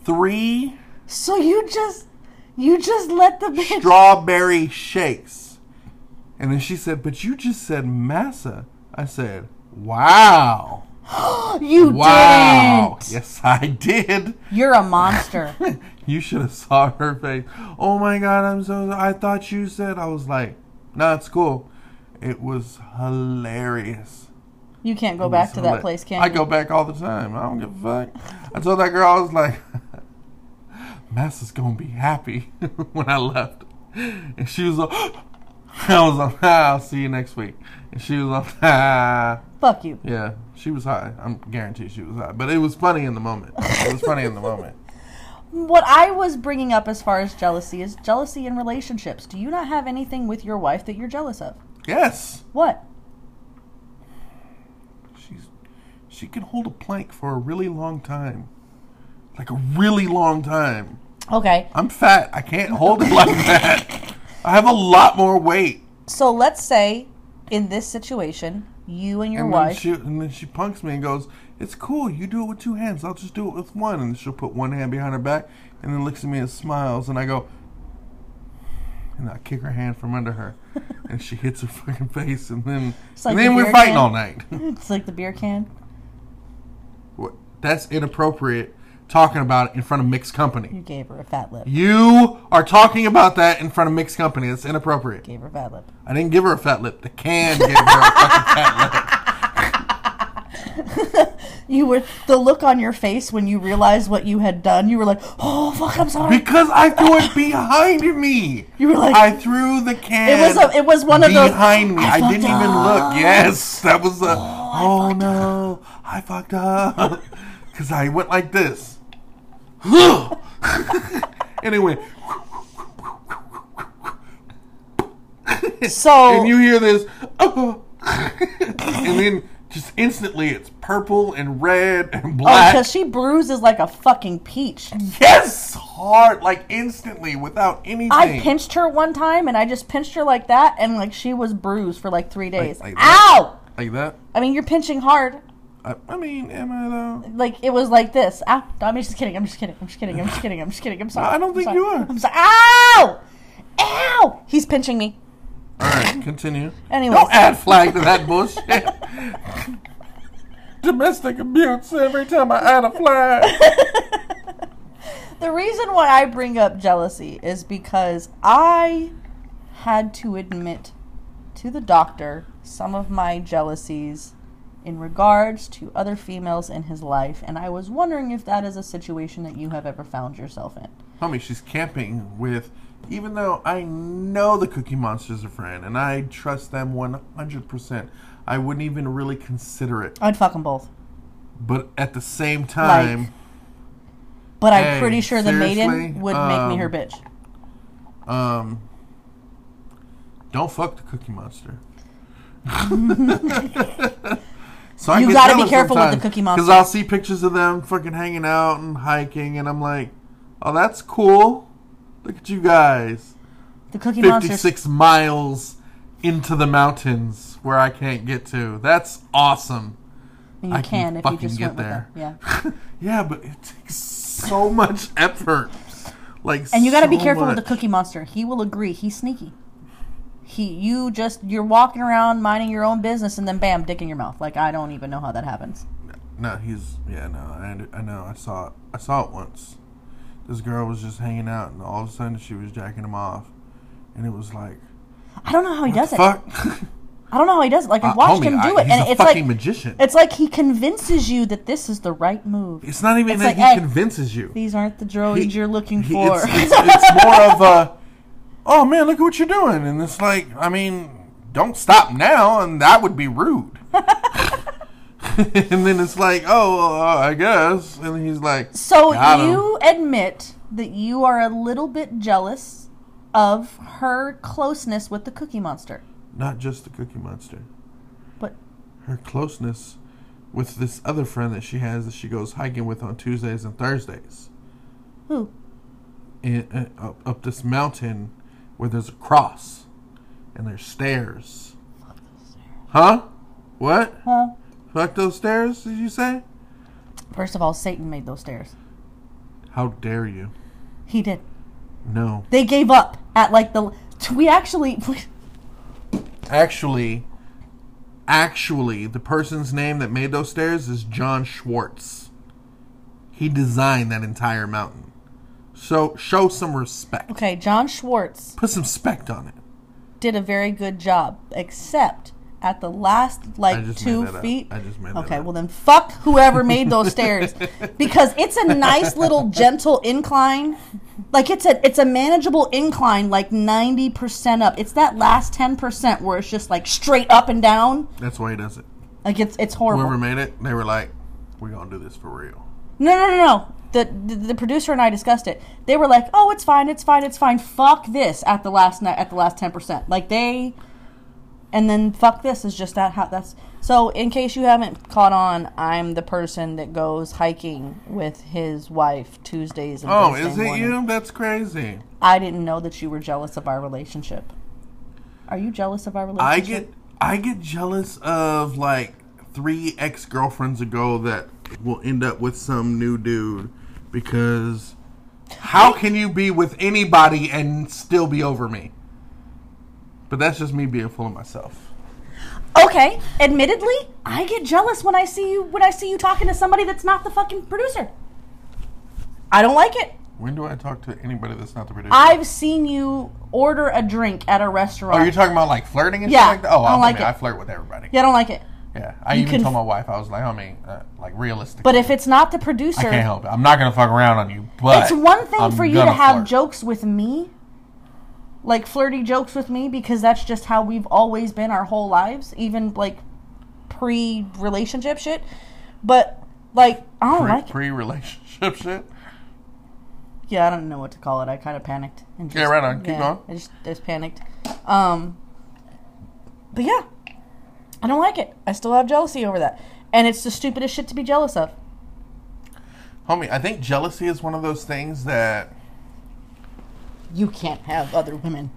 [SPEAKER 2] three
[SPEAKER 1] So you just you just let the bitch
[SPEAKER 2] strawberry shakes. And then she said, But you just said massa. I said, Wow.
[SPEAKER 1] You
[SPEAKER 2] Wow.
[SPEAKER 1] didn't.
[SPEAKER 2] Yes, I did.
[SPEAKER 1] You're a monster.
[SPEAKER 2] you should have saw her face. Oh my god, I'm so I thought you said I was like, nah, it's cool. It was hilarious.
[SPEAKER 1] You can't go back to that place, can you?
[SPEAKER 2] I go back all the time. I don't give a fuck. I told that girl I was like, Massa's gonna be happy when I left. And she was like I was like, ah, I'll see you next week. And she was like, ah.
[SPEAKER 1] Fuck you.
[SPEAKER 2] Yeah, she was high. I'm guaranteed she was high. But it was funny in the moment. It was funny in the moment.
[SPEAKER 1] What I was bringing up as far as jealousy is jealousy in relationships. Do you not have anything with your wife that you're jealous of?
[SPEAKER 2] Yes.
[SPEAKER 1] What?
[SPEAKER 2] She's she can hold a plank for a really long time. Like a really long time.
[SPEAKER 1] Okay.
[SPEAKER 2] I'm fat. I can't hold it like that. I have a lot more weight.
[SPEAKER 1] So let's say in this situation, you and your
[SPEAKER 2] And then,
[SPEAKER 1] wife.
[SPEAKER 2] she, and then she punks me and goes, It's cool. You do it with two hands. I'll just do it with one. And she'll put one hand behind her back and then looks at me and smiles. And I go, And I kick her hand from under her. and she hits her fucking face. And then,
[SPEAKER 1] It's like
[SPEAKER 2] and then
[SPEAKER 1] the
[SPEAKER 2] we're
[SPEAKER 1] beer
[SPEAKER 2] fighting
[SPEAKER 1] can.
[SPEAKER 2] all night.
[SPEAKER 1] It's like the beer can.
[SPEAKER 2] What- That's inappropriate talking about it in front of mixed
[SPEAKER 1] You
[SPEAKER 2] company.
[SPEAKER 1] gave her a fat lip.
[SPEAKER 2] You are talking about that in front of mixed company. That's inappropriate.
[SPEAKER 1] Gave her a fat lip.
[SPEAKER 2] I didn't give her a fat lip. The can gave her a fucking fat lip.
[SPEAKER 1] You were the look on your face when you realized what you had done. You were like, "Oh fuck, I'm sorry."
[SPEAKER 2] Because I threw it behind me.
[SPEAKER 1] You were like-
[SPEAKER 2] I threw the can.
[SPEAKER 1] It was a- it was one of those,
[SPEAKER 2] behind me.
[SPEAKER 1] "I
[SPEAKER 2] I,
[SPEAKER 1] fucked
[SPEAKER 2] didn't even
[SPEAKER 1] up."
[SPEAKER 2] look. Yes, that was a. Oh, no, I fucked up because I went like this. anyway,
[SPEAKER 1] So
[SPEAKER 2] and you hear this, and then just instantly it's purple and red
[SPEAKER 1] Oh,
[SPEAKER 2] and black.
[SPEAKER 1] because she bruises like a fucking peach.
[SPEAKER 2] yes, hard like instantly without anything.
[SPEAKER 1] I pinched her one time, and I just pinched her like that, and like she was bruised for like three days.
[SPEAKER 2] like that?
[SPEAKER 1] Ow!
[SPEAKER 2] like that.
[SPEAKER 1] I mean, you're pinching hard.
[SPEAKER 2] I, I mean, am I though?
[SPEAKER 1] Like it was like this. Ow! No, I mean, just kidding. I'm just kidding. I'm just kidding. I'm just kidding. I'm just kidding. I'm sorry.
[SPEAKER 2] I don't
[SPEAKER 1] I'm
[SPEAKER 2] think
[SPEAKER 1] sorry.
[SPEAKER 2] you are.
[SPEAKER 1] I'm sorry. Ow! Ow! He's pinching me.
[SPEAKER 2] All right, continue.
[SPEAKER 1] Anyways.
[SPEAKER 2] don't add flag to that bullshit. Domestic abuse every time I add a flag.
[SPEAKER 1] The reason why I bring up jealousy is because I had to admit to the doctor some of my jealousies in regards to other females in his life, and I was wondering if that is a situation that you have ever found yourself in.
[SPEAKER 2] Homie, she's camping with, even though I know the Cookie Monster's a friend and I trust them 100%, I wouldn't even really consider it.
[SPEAKER 1] I'd fuck them both.
[SPEAKER 2] But at the same time,
[SPEAKER 1] But I'm
[SPEAKER 2] Hey,
[SPEAKER 1] pretty sure the maiden
[SPEAKER 2] seriously?
[SPEAKER 1] would make me her
[SPEAKER 2] Um,
[SPEAKER 1] bitch.
[SPEAKER 2] um, don't fuck the Cookie Monster. So I
[SPEAKER 1] You
[SPEAKER 2] can
[SPEAKER 1] gotta
[SPEAKER 2] tell
[SPEAKER 1] be
[SPEAKER 2] her
[SPEAKER 1] careful with the
[SPEAKER 2] sometimes,
[SPEAKER 1] Cookie Monster.
[SPEAKER 2] I'll see pictures of them fucking hanging out and hiking, and I'm like, oh, that's cool. Look at you guys.
[SPEAKER 1] The Cookie Monster.
[SPEAKER 2] 56 miles into the mountains where I can't get to. That's awesome.
[SPEAKER 1] You
[SPEAKER 2] I can
[SPEAKER 1] can if you
[SPEAKER 2] fucking
[SPEAKER 1] just
[SPEAKER 2] get
[SPEAKER 1] went with
[SPEAKER 2] there.
[SPEAKER 1] it. Yeah.
[SPEAKER 2] Yeah, but it takes so much effort. Like,
[SPEAKER 1] And you got to be
[SPEAKER 2] so
[SPEAKER 1] careful
[SPEAKER 2] much.
[SPEAKER 1] with the Cookie Monster. He will agree. He's sneaky. He, you just you're walking around minding your own business, and then bam, dick in your mouth. Like I don't even know how that happens.
[SPEAKER 2] No, he's yeah, no, I, I know. I saw it. I saw it once. This girl was just hanging out, and all of a sudden she was jacking him off, and it was like,
[SPEAKER 1] I don't know how he does it.
[SPEAKER 2] fuck,
[SPEAKER 1] I don't know how he does it. Like I
[SPEAKER 2] Uh,
[SPEAKER 1] watched
[SPEAKER 2] homie,
[SPEAKER 1] him do
[SPEAKER 2] I-
[SPEAKER 1] it,
[SPEAKER 2] he's
[SPEAKER 1] and
[SPEAKER 2] a
[SPEAKER 1] it's like
[SPEAKER 2] fucking magician.
[SPEAKER 1] it's like he convinces you that this is the right move.
[SPEAKER 2] It's not even
[SPEAKER 1] it's
[SPEAKER 2] that
[SPEAKER 1] like,
[SPEAKER 2] he
[SPEAKER 1] hey,
[SPEAKER 2] convinces you.
[SPEAKER 1] These aren't the droids
[SPEAKER 2] He-
[SPEAKER 1] you're looking
[SPEAKER 2] He-
[SPEAKER 1] for.
[SPEAKER 2] It's, it's, it's more of a, oh man, look at what you're doing, and it's like, I mean, don't stop now, and that would be rude. and then it's like, oh, uh, I guess, and he's like,
[SPEAKER 1] So
[SPEAKER 2] got him.
[SPEAKER 1] you admit that you are a little bit jealous of her closeness with the Cookie Monster,
[SPEAKER 2] not just the Cookie Monster.
[SPEAKER 1] but
[SPEAKER 2] her closeness with this other friend that she has that she goes hiking with on Tuesdays and Thursdays
[SPEAKER 1] who?
[SPEAKER 2] in, uh, up, up this mountain where there's a cross and there's stairs. Huh? What?
[SPEAKER 1] Huh?
[SPEAKER 2] Fuck those stairs, did you say?
[SPEAKER 1] First of all, Satan made those stairs.
[SPEAKER 2] How dare you?
[SPEAKER 1] He did.
[SPEAKER 2] No.
[SPEAKER 1] They gave up at like the. t- We actually.
[SPEAKER 2] Actually, actually, the person's name that made those stairs is John Schwartz. He designed that entire mountain. So show some respect.
[SPEAKER 1] Okay, John Schwartz
[SPEAKER 2] Put some spect on it.
[SPEAKER 1] did a very good job, except at the last
[SPEAKER 2] I
[SPEAKER 1] like
[SPEAKER 2] just
[SPEAKER 1] two
[SPEAKER 2] made that up.
[SPEAKER 1] feet.
[SPEAKER 2] I just made that
[SPEAKER 1] Okay,
[SPEAKER 2] up.
[SPEAKER 1] well then fuck whoever made those stairs because it's a nice little gentle incline. Like it's a it's a manageable incline like 90% up. It's that last 10% where it's just like straight up and down.
[SPEAKER 2] That's why he does it.
[SPEAKER 1] Like it's it's horrible.
[SPEAKER 2] Whoever made it, they were like, "We're gonna do this for real."
[SPEAKER 1] No, no, no, no. The, the the producer and I discussed it. They were like, "Oh, it's fine, it's fine, it's fine. Fuck this." At the last night, at the last ten percent, like they, and then fuck this is just that how that's. So, in case you haven't caught on, I'm the person that goes hiking with his wife Tuesdays and
[SPEAKER 2] Oh,
[SPEAKER 1] Thursday
[SPEAKER 2] is it
[SPEAKER 1] morning.
[SPEAKER 2] you? That's crazy.
[SPEAKER 1] I didn't know that you were jealous of our relationship. Are you jealous of our relationship?
[SPEAKER 2] I get I get jealous of like three ex girlfriends ago that will end up with some new dude because how can you be with anybody and still be over me? But that's just me being full of myself.
[SPEAKER 1] okay. Admittedly, I get jealous when I see you when I see you talking to somebody that's not the fucking producer. I don't like it.
[SPEAKER 2] When do I talk to anybody that's not the producer?
[SPEAKER 1] I've seen you order a drink at a
[SPEAKER 2] oh,
[SPEAKER 1] restaurant.
[SPEAKER 2] you're talking about like flirting and
[SPEAKER 1] Yeah,
[SPEAKER 2] shit like that? Oh,
[SPEAKER 1] I don't
[SPEAKER 2] I,
[SPEAKER 1] like
[SPEAKER 2] mean, I
[SPEAKER 1] it.
[SPEAKER 2] flirt with everybody.
[SPEAKER 1] yeah, I don't like it.
[SPEAKER 2] Yeah, I
[SPEAKER 1] You
[SPEAKER 2] even
[SPEAKER 1] can-
[SPEAKER 2] told my wife I was like, I mean, uh, like realistically,
[SPEAKER 1] But if it's not the
[SPEAKER 2] I can't
[SPEAKER 1] producer,
[SPEAKER 2] help it, I'm not gonna fuck around on you. But
[SPEAKER 1] it's one thing
[SPEAKER 2] I'm
[SPEAKER 1] for you
[SPEAKER 2] gonna
[SPEAKER 1] to have
[SPEAKER 2] flirt.
[SPEAKER 1] jokes with me, like flirty jokes with me, because that's just how we've always been our whole lives, even like pre relationship shit. But like, I don't
[SPEAKER 2] pre,
[SPEAKER 1] like it.
[SPEAKER 2] pre relationship shit.
[SPEAKER 1] Yeah, I don't know what to call it. I kind of panicked. And just,
[SPEAKER 2] Yeah, right on. Keep going.
[SPEAKER 1] I just, I just panicked. Um, but yeah, I don't like it. I still have jealousy over that, and it's the stupidest shit to be jealous of.
[SPEAKER 2] Homie, I think jealousy is one of those things that
[SPEAKER 1] You can't have other women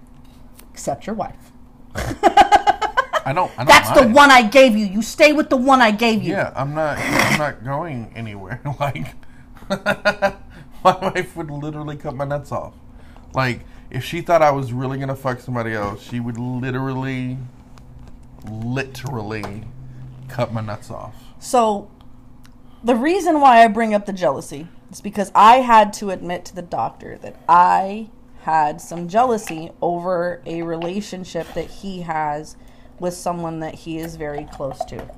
[SPEAKER 1] except your wife.
[SPEAKER 2] I don't. I don't
[SPEAKER 1] That's the
[SPEAKER 2] mind.
[SPEAKER 1] one I gave you. You stay with the one I gave you.
[SPEAKER 2] Yeah, I'm not. I'm not going anywhere. Like, my wife would literally cut my nuts off. Like, if she thought I was really gonna fuck somebody else, she would literally, literally, cut my nuts off.
[SPEAKER 1] So, the reason why I bring up the jealousy is because I had to admit to the doctor that I had some jealousy over a relationship that he has with someone that he is very close to.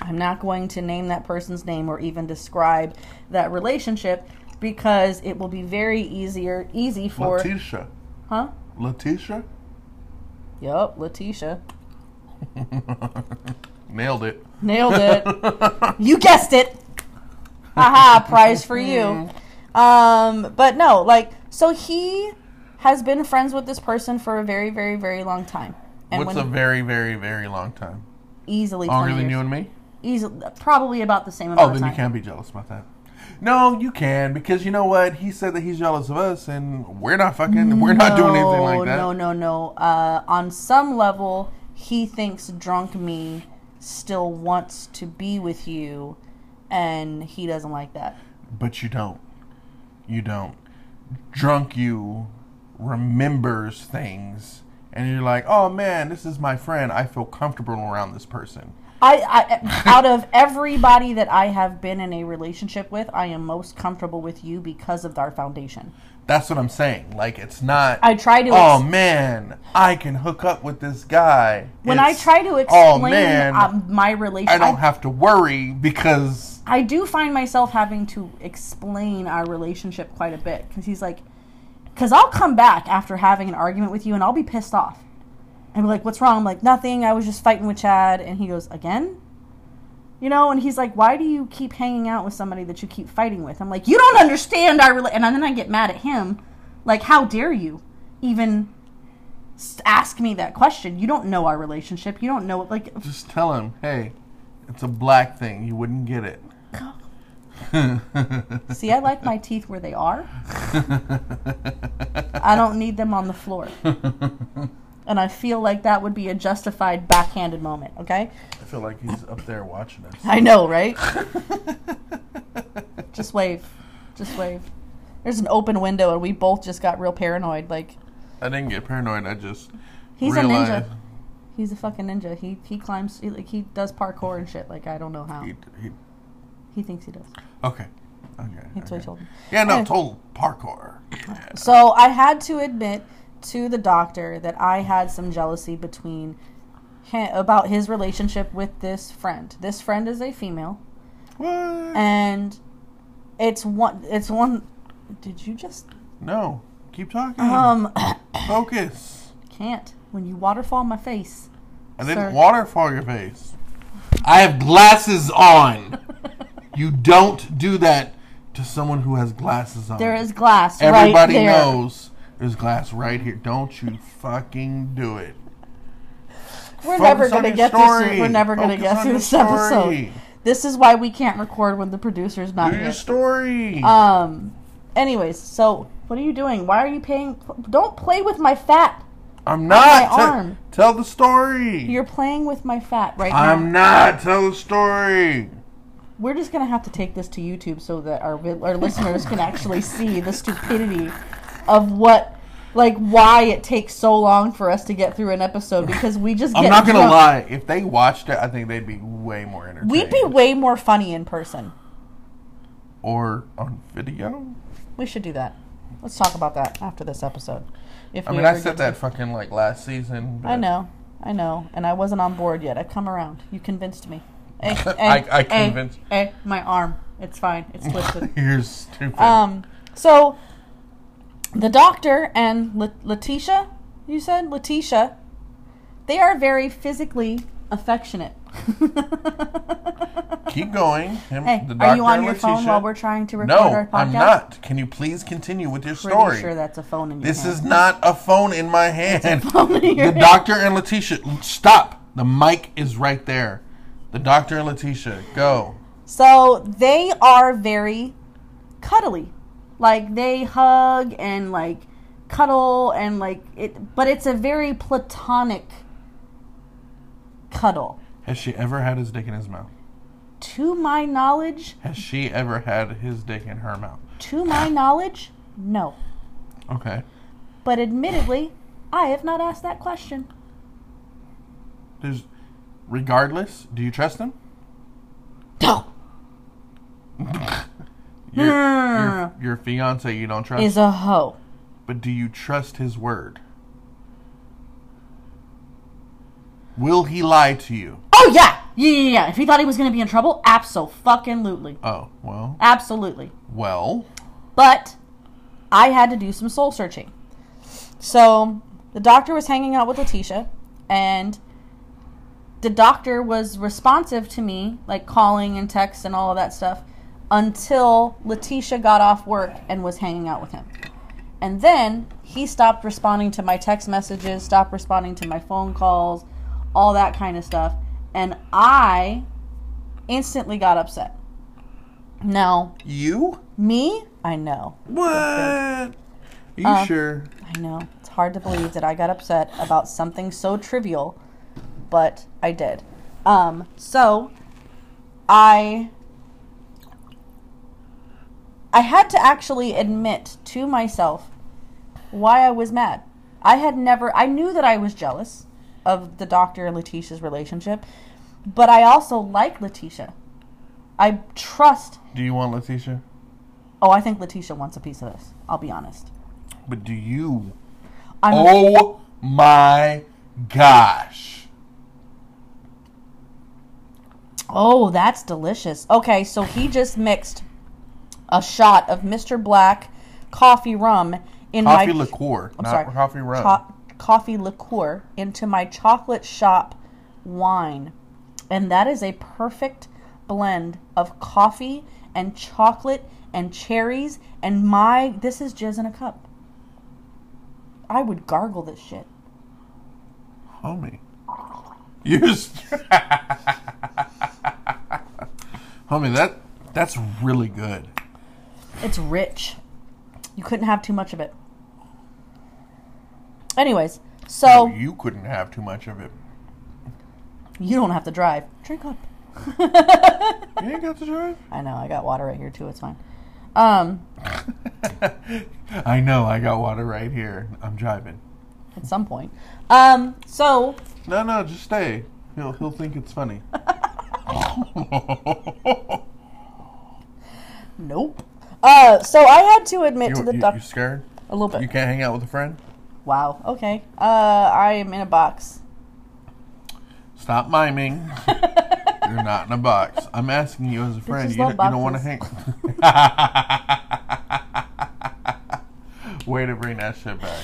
[SPEAKER 1] I'm not going to name that person's name or even describe that relationship because it will be very easier easy for
[SPEAKER 2] Letitia,
[SPEAKER 1] huh?
[SPEAKER 2] Letitia,
[SPEAKER 1] Yup, Letitia.
[SPEAKER 2] nailed it.
[SPEAKER 1] Nailed it. you guessed it. Aha, prize for you. Um, but no, like, so he has been friends with this person for a very, very, very long time. And
[SPEAKER 2] What's
[SPEAKER 1] when
[SPEAKER 2] a very, very, very long time?
[SPEAKER 1] easily
[SPEAKER 2] Longer
[SPEAKER 1] 20
[SPEAKER 2] than
[SPEAKER 1] years.
[SPEAKER 2] you and me?
[SPEAKER 1] easily probably about the same amount
[SPEAKER 2] Oh,
[SPEAKER 1] of
[SPEAKER 2] then
[SPEAKER 1] time.
[SPEAKER 2] you can't be jealous about that. No, you can because you know what? He said that he's jealous of us, and we're not fucking. We're not doing anything like that.
[SPEAKER 1] No, no, no. Uh, on some level, he thinks drunk me still wants to be with you, and he doesn't like that.
[SPEAKER 2] But you don't. You don't. Drunk you remembers things, and you're like, oh man, this is my friend. I feel comfortable around this person.
[SPEAKER 1] I, I out of everybody that I have been in a relationship with, I am most comfortable with you because of our foundation.
[SPEAKER 2] That's what I'm saying. Like it's not.
[SPEAKER 1] I try to
[SPEAKER 2] Oh
[SPEAKER 1] ex-
[SPEAKER 2] man, I can hook up with this guy.
[SPEAKER 1] When I
[SPEAKER 2] It's,
[SPEAKER 1] try to explain
[SPEAKER 2] Oh man,
[SPEAKER 1] um, my relationship,
[SPEAKER 2] I don't have to worry because
[SPEAKER 1] I do find myself having to explain our relationship quite a bit because he's like, because I'll come back after having an argument with you and I'll be pissed off. And be like, what's wrong? I'm like, nothing. I was just fighting with Chad. And he goes, again? You know, and he's like, why do you keep hanging out with somebody that you keep fighting with? I'm like, you don't understand our relationship. And then I get mad at him. Like, how dare you even s- ask me that question? You don't know our relationship. You don't know, like,
[SPEAKER 2] just tell him, hey, it's a black thing. You wouldn't get it.
[SPEAKER 1] See, I like my teeth where they are. I don't need them on the floor. And I feel like that would be a justified backhanded moment, okay?
[SPEAKER 2] I feel like he's up there watching us.
[SPEAKER 1] I know, right? just wave. Just wave. There's an open window and we both just got real paranoid. Like
[SPEAKER 2] I didn't get paranoid. I just
[SPEAKER 1] he's
[SPEAKER 2] realized
[SPEAKER 1] a ninja. He's a fucking ninja. He he climbs he, like he does parkour and shit. Like I don't know how.
[SPEAKER 2] He, he,
[SPEAKER 1] He thinks he does.
[SPEAKER 2] okay, okay.
[SPEAKER 1] That's what I
[SPEAKER 2] okay.
[SPEAKER 1] told him.
[SPEAKER 2] Yeah, no,
[SPEAKER 1] Eh.
[SPEAKER 2] total parkour. Yeah.
[SPEAKER 1] So I had to admit to the doctor that I had some jealousy between him, about his relationship with this friend. This friend is a female,
[SPEAKER 2] What?
[SPEAKER 1] and it's one. It's one. Did you just
[SPEAKER 2] No, keep talking.
[SPEAKER 1] um
[SPEAKER 2] Focus.
[SPEAKER 1] can't when you waterfall my face?
[SPEAKER 2] I
[SPEAKER 1] sir.
[SPEAKER 2] didn't waterfall your face. I have glasses on. you don't do that to someone who has glasses on.
[SPEAKER 1] There is glass right
[SPEAKER 2] Everybody
[SPEAKER 1] there.
[SPEAKER 2] knows there's glass right here. Don't you fucking do it.
[SPEAKER 1] We're
[SPEAKER 2] Focus
[SPEAKER 1] never
[SPEAKER 2] on
[SPEAKER 1] gonna
[SPEAKER 2] your
[SPEAKER 1] get
[SPEAKER 2] story.
[SPEAKER 1] this. We're never gonna
[SPEAKER 2] Focus
[SPEAKER 1] get
[SPEAKER 2] on
[SPEAKER 1] through
[SPEAKER 2] your
[SPEAKER 1] this episode.
[SPEAKER 2] story.
[SPEAKER 1] This is why we can't record when the producer's not
[SPEAKER 2] Do
[SPEAKER 1] here.
[SPEAKER 2] your story.
[SPEAKER 1] Um. Anyways, so what are you doing? Why are you paying? Don't play with my fat.
[SPEAKER 2] I'm not.
[SPEAKER 1] my
[SPEAKER 2] Te-
[SPEAKER 1] arm.
[SPEAKER 2] Tell the story.
[SPEAKER 1] You're playing with my fat right now.
[SPEAKER 2] I'm not. Tell the story.
[SPEAKER 1] We're just gonna have to take this to YouTube so that our vi- our listeners can actually see the stupidity of what. Like why it takes so long for us to get through an episode because we just get
[SPEAKER 2] I'm not gonna
[SPEAKER 1] drunk.
[SPEAKER 2] lie. If they watched it, I think they'd be way more entertained.
[SPEAKER 1] We'd be way more funny in person.
[SPEAKER 2] or on video.
[SPEAKER 1] We should do that. Let's talk about that after this episode. If
[SPEAKER 2] I
[SPEAKER 1] we
[SPEAKER 2] mean, I
[SPEAKER 1] ever
[SPEAKER 2] said
[SPEAKER 1] get to-
[SPEAKER 2] that fucking like last season. but
[SPEAKER 1] I know, I know, and I wasn't on board yet. I've come around. You convinced me. Eh, Hey, hey,
[SPEAKER 2] I- I
[SPEAKER 1] hey,
[SPEAKER 2] convinced-
[SPEAKER 1] Hey, eh, my arm. It's fine. It's twisted.
[SPEAKER 2] You're stupid.
[SPEAKER 1] um. So, the doctor and La- Letitia, you said Letitia, they are very physically affectionate.
[SPEAKER 2] Keep going. Him,
[SPEAKER 1] hey,
[SPEAKER 2] the
[SPEAKER 1] are you
[SPEAKER 2] doctor
[SPEAKER 1] on
[SPEAKER 2] and
[SPEAKER 1] your phone
[SPEAKER 2] Letitia.
[SPEAKER 1] while we're trying to record our
[SPEAKER 2] No,
[SPEAKER 1] podcast?
[SPEAKER 2] I'm not. Can you please continue with your
[SPEAKER 1] Pretty
[SPEAKER 2] story?
[SPEAKER 1] sure that's a phone in your
[SPEAKER 2] This
[SPEAKER 1] hand.
[SPEAKER 2] is not a phone in my hand.
[SPEAKER 1] phone in your
[SPEAKER 2] the
[SPEAKER 1] hand.
[SPEAKER 2] doctor and Letitia, stop. The mic is right there. The doctor and Letitia, go.
[SPEAKER 1] So they are very cuddly. Like they hug and like cuddle and like it but it's a very platonic cuddle.
[SPEAKER 2] Has she ever had his dick in his mouth?
[SPEAKER 1] To my knowledge,
[SPEAKER 2] Has she ever had his dick in her mouth?
[SPEAKER 1] to my knowledge, no.
[SPEAKER 2] Okay.
[SPEAKER 1] But admittedly, I have not asked that question.
[SPEAKER 2] There's, regardless, do you trust him?
[SPEAKER 1] No.
[SPEAKER 2] Your,
[SPEAKER 1] Hmm.
[SPEAKER 2] your, your fiance, you don't trust.
[SPEAKER 1] Is a hoe.
[SPEAKER 2] but do you trust his word? Will he lie to you?
[SPEAKER 1] Oh yeah. Yeah, yeah, yeah. If he thought he was going to be in trouble, absolutely.
[SPEAKER 2] Oh, well,
[SPEAKER 1] Absolutely.
[SPEAKER 2] well.
[SPEAKER 1] But I had to do some soul searching. So the doctor was hanging out with Letitia, and the doctor was responsive to me, like calling and texts and all of that stuff, until Letitia got off work and was hanging out with him. And then he stopped responding to my text messages, stopped responding to my phone calls, all that kind of stuff. And I instantly got upset. Now,
[SPEAKER 2] You?
[SPEAKER 1] me, I know.
[SPEAKER 2] What? Are you
[SPEAKER 1] Uh,
[SPEAKER 2] sure?
[SPEAKER 1] I know. It's hard to believe that I got upset about something so trivial, but I did. Um, so I I had to actually admit to myself why I was mad. I had never I knew that I was jealous of the doctor and Letitia's relationship, but I also like Letitia. I trust
[SPEAKER 2] Do you want Letitia?
[SPEAKER 1] Oh, I think Letitia wants a piece of this. I'll be honest.
[SPEAKER 2] But do you?
[SPEAKER 1] I'm
[SPEAKER 2] Oh my gosh.
[SPEAKER 1] Oh, that's delicious. Okay, so he just mixed a shot of Mr. Black coffee rum in
[SPEAKER 2] Coffee
[SPEAKER 1] my
[SPEAKER 2] liqueur,
[SPEAKER 1] I'm
[SPEAKER 2] not
[SPEAKER 1] sorry,
[SPEAKER 2] coffee rum.
[SPEAKER 1] cho- coffee liqueur into my chocolate shop wine. And that is a perfect blend of coffee and chocolate and cherries and my this is jizz in a cup. I would gargle this shit.
[SPEAKER 2] Homie. You s- Homie, that that's really good.
[SPEAKER 1] It's rich. You couldn't have too much of it. Anyways, so
[SPEAKER 2] Oh, You couldn't have too much of it.
[SPEAKER 1] you don't have to drive. Drink up.
[SPEAKER 2] You ain't got to drive?
[SPEAKER 1] I know, I got water right here too, it's fine. Um,
[SPEAKER 2] I know, I got water right here. I'm driving.
[SPEAKER 1] at some point. Um, so
[SPEAKER 2] No, no, just stay. He'll he'll think it's funny.
[SPEAKER 1] nope. Uh, so I had to admit to
[SPEAKER 2] you,
[SPEAKER 1] the
[SPEAKER 2] you,
[SPEAKER 1] doc-
[SPEAKER 2] you scared?
[SPEAKER 1] a little bit.
[SPEAKER 2] You can't hang out with a friend?
[SPEAKER 1] Wow. Okay. Uh, I am in a box.
[SPEAKER 2] Stop miming. You're not in a box. I'm asking you as a friend.
[SPEAKER 1] Bitches
[SPEAKER 2] You don't,
[SPEAKER 1] love
[SPEAKER 2] you don't want to hang. Way to bring that shit back.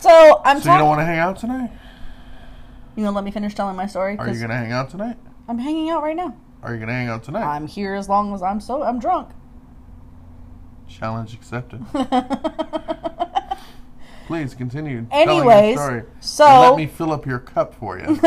[SPEAKER 1] So I'm
[SPEAKER 2] So you don't
[SPEAKER 1] talking.
[SPEAKER 2] want to hang out tonight?
[SPEAKER 1] You gonna let me finish telling my story?
[SPEAKER 2] Are you
[SPEAKER 1] 'Cause
[SPEAKER 2] gonna hang out tonight?
[SPEAKER 1] I'm hanging out right now.
[SPEAKER 2] Are you gonna hang out tonight?
[SPEAKER 1] I'm here as long as I'm so I'm drunk.
[SPEAKER 2] Challenge accepted. Please continue. telling your
[SPEAKER 1] Anyways,
[SPEAKER 2] story. And
[SPEAKER 1] so-
[SPEAKER 2] let me fill up your cup for you.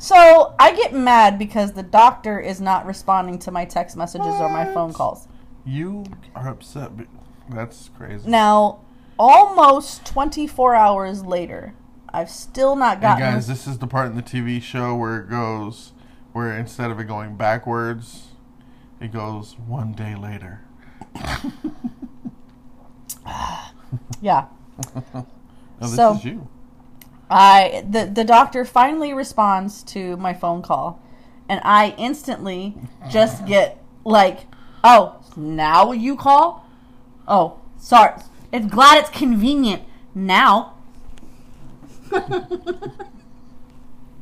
[SPEAKER 1] So I get mad because the doctor is not responding to my text messages or my phone
[SPEAKER 2] What?
[SPEAKER 1] calls.
[SPEAKER 2] you are upset. But that's crazy.
[SPEAKER 1] Now, almost 24 hours later, I've still not
[SPEAKER 2] And
[SPEAKER 1] gotten.
[SPEAKER 2] guys, this is the part in the TV show where it goes, where instead of it going backwards, it goes one day later.
[SPEAKER 1] yeah,
[SPEAKER 2] Oh, this
[SPEAKER 1] So-
[SPEAKER 2] is you.
[SPEAKER 1] I the the doctor finally responds to my phone call, and I instantly just get like, "Oh, now you call? Oh, sorry. It's glad it's convenient now."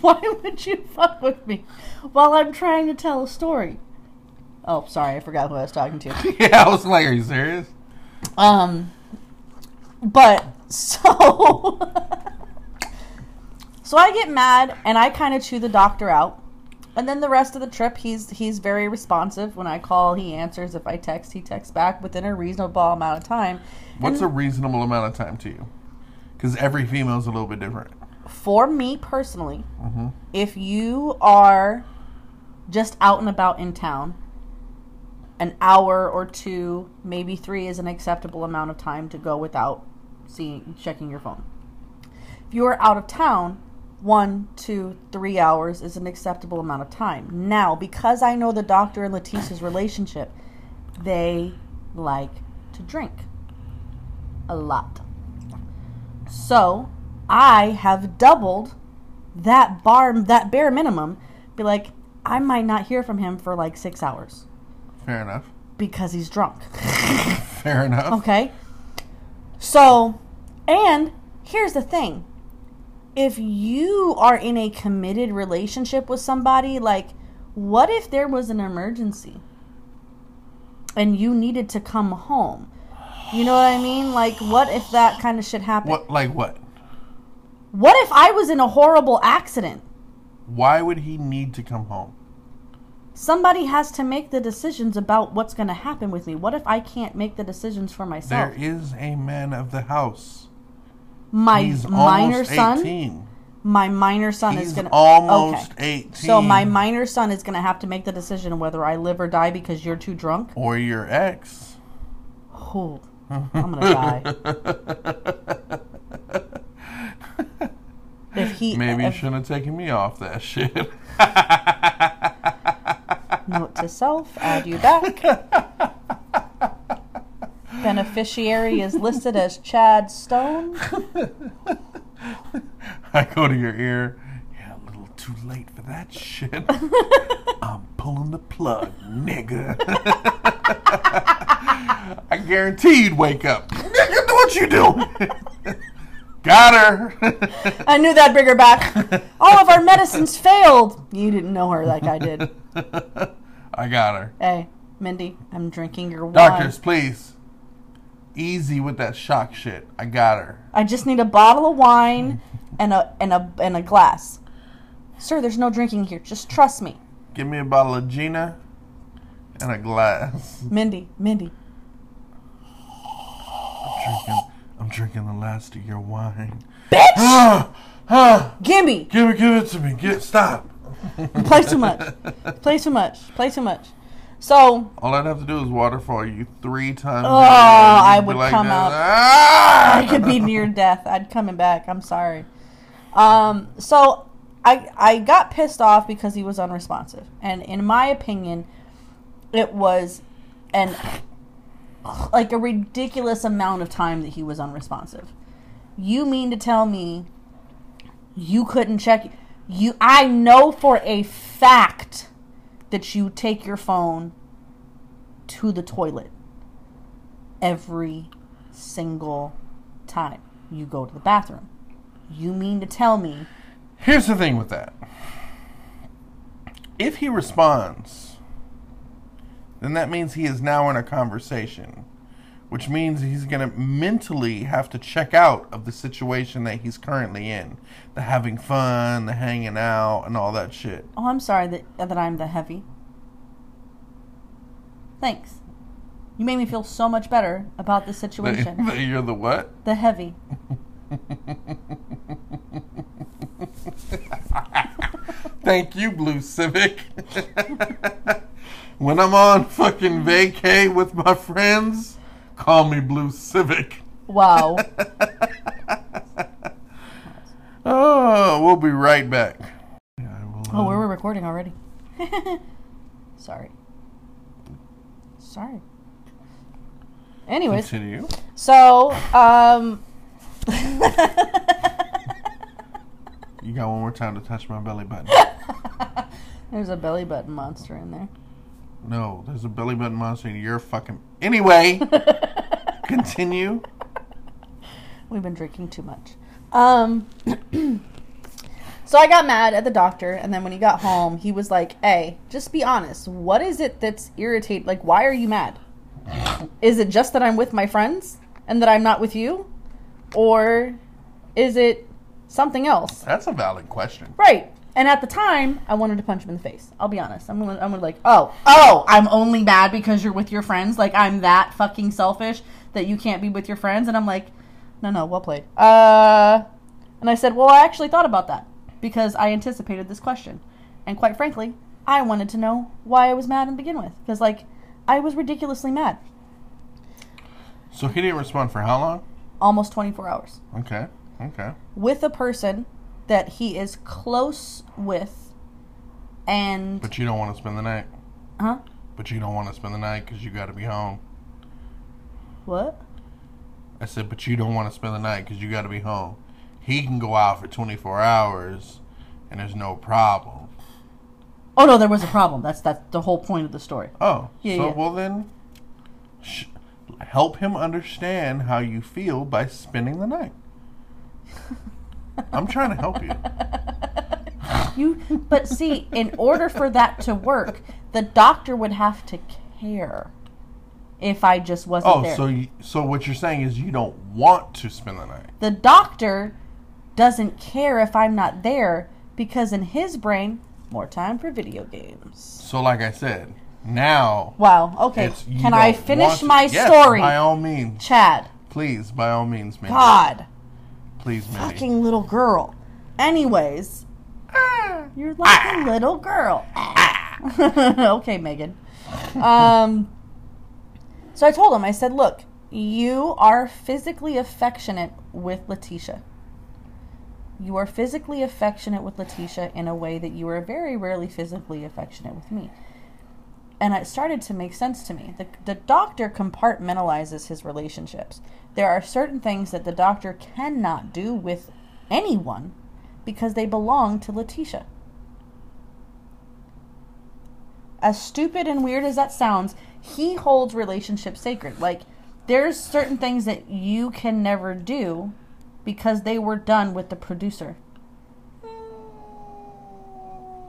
[SPEAKER 1] Why would you fuck with me while I'm trying to tell a story? Oh, sorry, I forgot who I was talking to.
[SPEAKER 2] yeah, I was like, are you serious?
[SPEAKER 1] Um, but so so I get mad and I kind of chew the doctor out, and then the rest of the trip he's he's very responsive. When I call, he answers. If I text, he texts back within a reasonable amount of time. Mm-hmm.
[SPEAKER 2] What's a reasonable amount of time to you? Because every female's a little bit different. Mm-hmm.
[SPEAKER 1] For me personally, if you are just out and about in town. An hour or two, maybe three, is an acceptable amount of time to go without seeing checking your phone. If you are out of town, one, two, three hours is an acceptable amount of time. Now, because I know the doctor and Letitia's relationship, they like to drink a lot. So I have doubled that bar that bare minimum. Be like, I might not hear from him for like six hours
[SPEAKER 2] Fair enough.
[SPEAKER 1] because he's drunk.
[SPEAKER 2] Fair enough.
[SPEAKER 1] Okay. So, and here's the thing. If you are in a committed relationship with somebody, like, what if there was an emergency and you needed to come home? You know what I mean? Like, what if that kind of shit happened?
[SPEAKER 2] What? Like what?
[SPEAKER 1] What if I was in a horrible accident?
[SPEAKER 2] Why would he need to come home?
[SPEAKER 1] Somebody has to make the decisions about what's going to happen with me. What if I can't make the decisions for myself?
[SPEAKER 2] There is a man of the house.
[SPEAKER 1] My
[SPEAKER 2] He's
[SPEAKER 1] minor
[SPEAKER 2] almost
[SPEAKER 1] son?
[SPEAKER 2] eighteen.
[SPEAKER 1] my minor son
[SPEAKER 2] He's
[SPEAKER 1] is gonna
[SPEAKER 2] almost
[SPEAKER 1] okay.
[SPEAKER 2] 18.
[SPEAKER 1] So my minor son is gonna have to make the decision whether I live or die because you're too drunk.
[SPEAKER 2] or your ex.
[SPEAKER 1] Oh, I'm gonna die. if he
[SPEAKER 2] Maybe you
[SPEAKER 1] if-
[SPEAKER 2] shouldn't have taken me off that shit.
[SPEAKER 1] Note to self, add you back. Beneficiary is listed as Chad Stone.
[SPEAKER 2] I go to your ear. Yeah, a little too late for that shit. I'm pulling the plug, nigga. I guarantee you'd wake up. Nigga, what you doing? Got her.
[SPEAKER 1] I knew that'd bring her back. All of our medicines failed. You didn't know her like I did.
[SPEAKER 2] I got her.
[SPEAKER 1] Hey, Mindy, I'm drinking your wine.
[SPEAKER 2] Doctors, please. Easy with that shock shit. I got her.
[SPEAKER 1] I just need a bottle of wine and a and a and a glass. Sir, there's no drinking here. Just trust me.
[SPEAKER 2] Give me a bottle of Gina and a glass.
[SPEAKER 1] Mindy, Mindy.
[SPEAKER 2] drinking, I'm drinking the last of your wine.
[SPEAKER 1] Bitch!
[SPEAKER 2] Ah, ah,
[SPEAKER 1] Gimme!
[SPEAKER 2] give it, give it to me. Get stop.
[SPEAKER 1] Play too much. Play too much. Play too much. So
[SPEAKER 2] All I'd have to do is waterfall you three times.
[SPEAKER 1] Oh,
[SPEAKER 2] a day and
[SPEAKER 1] I
[SPEAKER 2] you'd be
[SPEAKER 1] would come
[SPEAKER 2] this.
[SPEAKER 1] up.
[SPEAKER 2] Ah!
[SPEAKER 1] I could be near death. I'd coming back. I'm sorry. Um, so I I got pissed off because he was unresponsive, and in my opinion, it was an like a ridiculous amount of time that he was unresponsive. You mean to tell me you couldn't check you? I know for a fact that you take your phone to the toilet every single time you go to the bathroom. You mean to tell me?
[SPEAKER 2] Here's the thing with that. If he responds, then that means he is now in a conversation, which means he's going to mentally have to check out of the situation that he's currently in. The having fun, the hanging out, and all that shit.
[SPEAKER 1] Oh, I'm sorry that that I'm the heavy. Thanks. You made me feel so much better about this
[SPEAKER 2] That,
[SPEAKER 1] situation.
[SPEAKER 2] that you're the what?
[SPEAKER 1] the heavy.
[SPEAKER 2] Thank you, Blue Civic. when I'm on fucking vacay with my friends, call me Blue Civic.
[SPEAKER 1] Wow.
[SPEAKER 2] Oh, we'll be right back. Yeah, I will,
[SPEAKER 1] oh,
[SPEAKER 2] uh,
[SPEAKER 1] we were recording already. sorry. Sorry. Anyways,
[SPEAKER 2] continue.
[SPEAKER 1] so um
[SPEAKER 2] You got one more time to touch my belly button.
[SPEAKER 1] there's a belly button monster in there.
[SPEAKER 2] No, there's a belly button monster in your fucking. Anyway, continue.
[SPEAKER 1] We've been drinking too much. Um, so I got mad at the doctor, and then when he got home, he was like, "Hey, just be honest. What is it that's irritate? Like, why are you mad? Is it just that I'm with my friends and that I'm not with you, or is it something else?"
[SPEAKER 2] That's a valid question.
[SPEAKER 1] Right. And at the time, I wanted to punch him in the face. I'll be honest. I'm gonna, I'm gonna like, oh, oh, I'm only mad because you're with your friends. Like I'm that fucking selfish that you can't be with your friends. And I'm like, no, no, well played. Uh, and I said, well, I actually thought about that because I anticipated this question, and quite frankly, I wanted to know why I was mad and begin with because like I was ridiculously mad.
[SPEAKER 2] So he didn't respond for how long?
[SPEAKER 1] Almost 24 hours.
[SPEAKER 2] Okay, okay.
[SPEAKER 1] with a person that he is close with and
[SPEAKER 2] But you don't want to spend the night.
[SPEAKER 1] huh
[SPEAKER 2] But you don't want to spend the night because you got to be home.
[SPEAKER 1] what
[SPEAKER 2] I said, but you don't want to spend the night because you got to be home. He can go out for 24 hours and there's no problem.
[SPEAKER 1] oh no there was a problem that's that's the whole point of the story
[SPEAKER 2] Oh,
[SPEAKER 1] Yeah,
[SPEAKER 2] so
[SPEAKER 1] yeah.
[SPEAKER 2] well then, sh- help him understand how you feel by spending the night. I'm trying to help you.
[SPEAKER 1] you but see in order for that to work the doctor would have to care if i just wasn't
[SPEAKER 2] Oh,
[SPEAKER 1] there
[SPEAKER 2] so you, so what you're saying is you don't want to spend the night.
[SPEAKER 1] the doctor doesn't care if i'm not there because in his brain more time for video games
[SPEAKER 2] So like I said, now
[SPEAKER 1] wow okay
[SPEAKER 2] it's you
[SPEAKER 1] can i
[SPEAKER 2] don't want
[SPEAKER 1] finish
[SPEAKER 2] to-
[SPEAKER 1] my
[SPEAKER 2] Yes,
[SPEAKER 1] story
[SPEAKER 2] By all means,
[SPEAKER 1] chad
[SPEAKER 2] please, by all means, Mindy.
[SPEAKER 1] god
[SPEAKER 2] please, Mindy.
[SPEAKER 1] fucking little girl. Anyways, you're like a little girl. okay, Megan. Um, so I told him, I said, look, you are physically affectionate with Letitia. You are physically affectionate with Letitia in a way that you are very rarely physically affectionate with me. And it started to make sense to me. The, the doctor compartmentalizes his relationships. There are certain things that the doctor cannot do with anyone because they belong to Letitia. As stupid and weird as that sounds, he holds relationships sacred. Like, there's certain things that you can never do because they were done with the producer.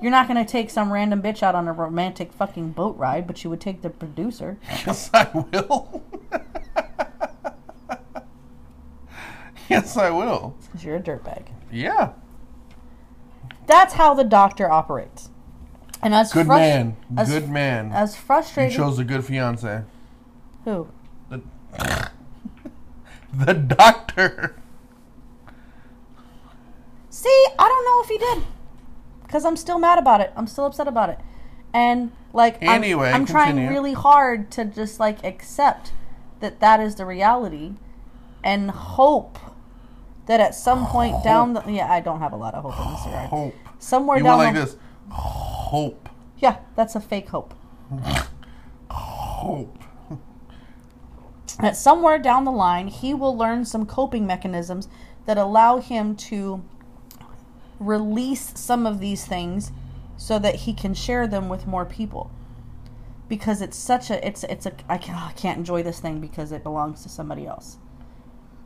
[SPEAKER 1] You're not gonna take some random bitch out on a romantic fucking boat ride, but you would take the producer.
[SPEAKER 2] Yes, I will. yes, I will.
[SPEAKER 1] 'cause you're a dirtbag.
[SPEAKER 2] Yeah.
[SPEAKER 1] That's how the doctor operates. And as
[SPEAKER 2] Good
[SPEAKER 1] frus-
[SPEAKER 2] man.
[SPEAKER 1] as-
[SPEAKER 2] Good man.
[SPEAKER 1] As
[SPEAKER 2] you
[SPEAKER 1] frustrated.
[SPEAKER 2] chose a good fiance.
[SPEAKER 1] who?
[SPEAKER 2] The, the doctor.
[SPEAKER 1] See, I don't know if he did, because I'm still mad about it. I'm still upset about it, and like I'm-
[SPEAKER 2] Anyway,
[SPEAKER 1] I'm, trying
[SPEAKER 2] continue.
[SPEAKER 1] really hard to just like accept that that is the reality, and hope that at some point down the yeah, I don't have a lot of hope in this regard.
[SPEAKER 2] Hope.
[SPEAKER 1] Somewhere
[SPEAKER 2] you
[SPEAKER 1] down
[SPEAKER 2] went like
[SPEAKER 1] the,
[SPEAKER 2] this. Hope.
[SPEAKER 1] yeah, that's a fake hope.
[SPEAKER 2] Hope.
[SPEAKER 1] that somewhere down the line he will learn some coping mechanisms that allow him to release some of these things so that he can share them with more people because it's such a it's it's a I can't, I can't enjoy this thing because it belongs to somebody else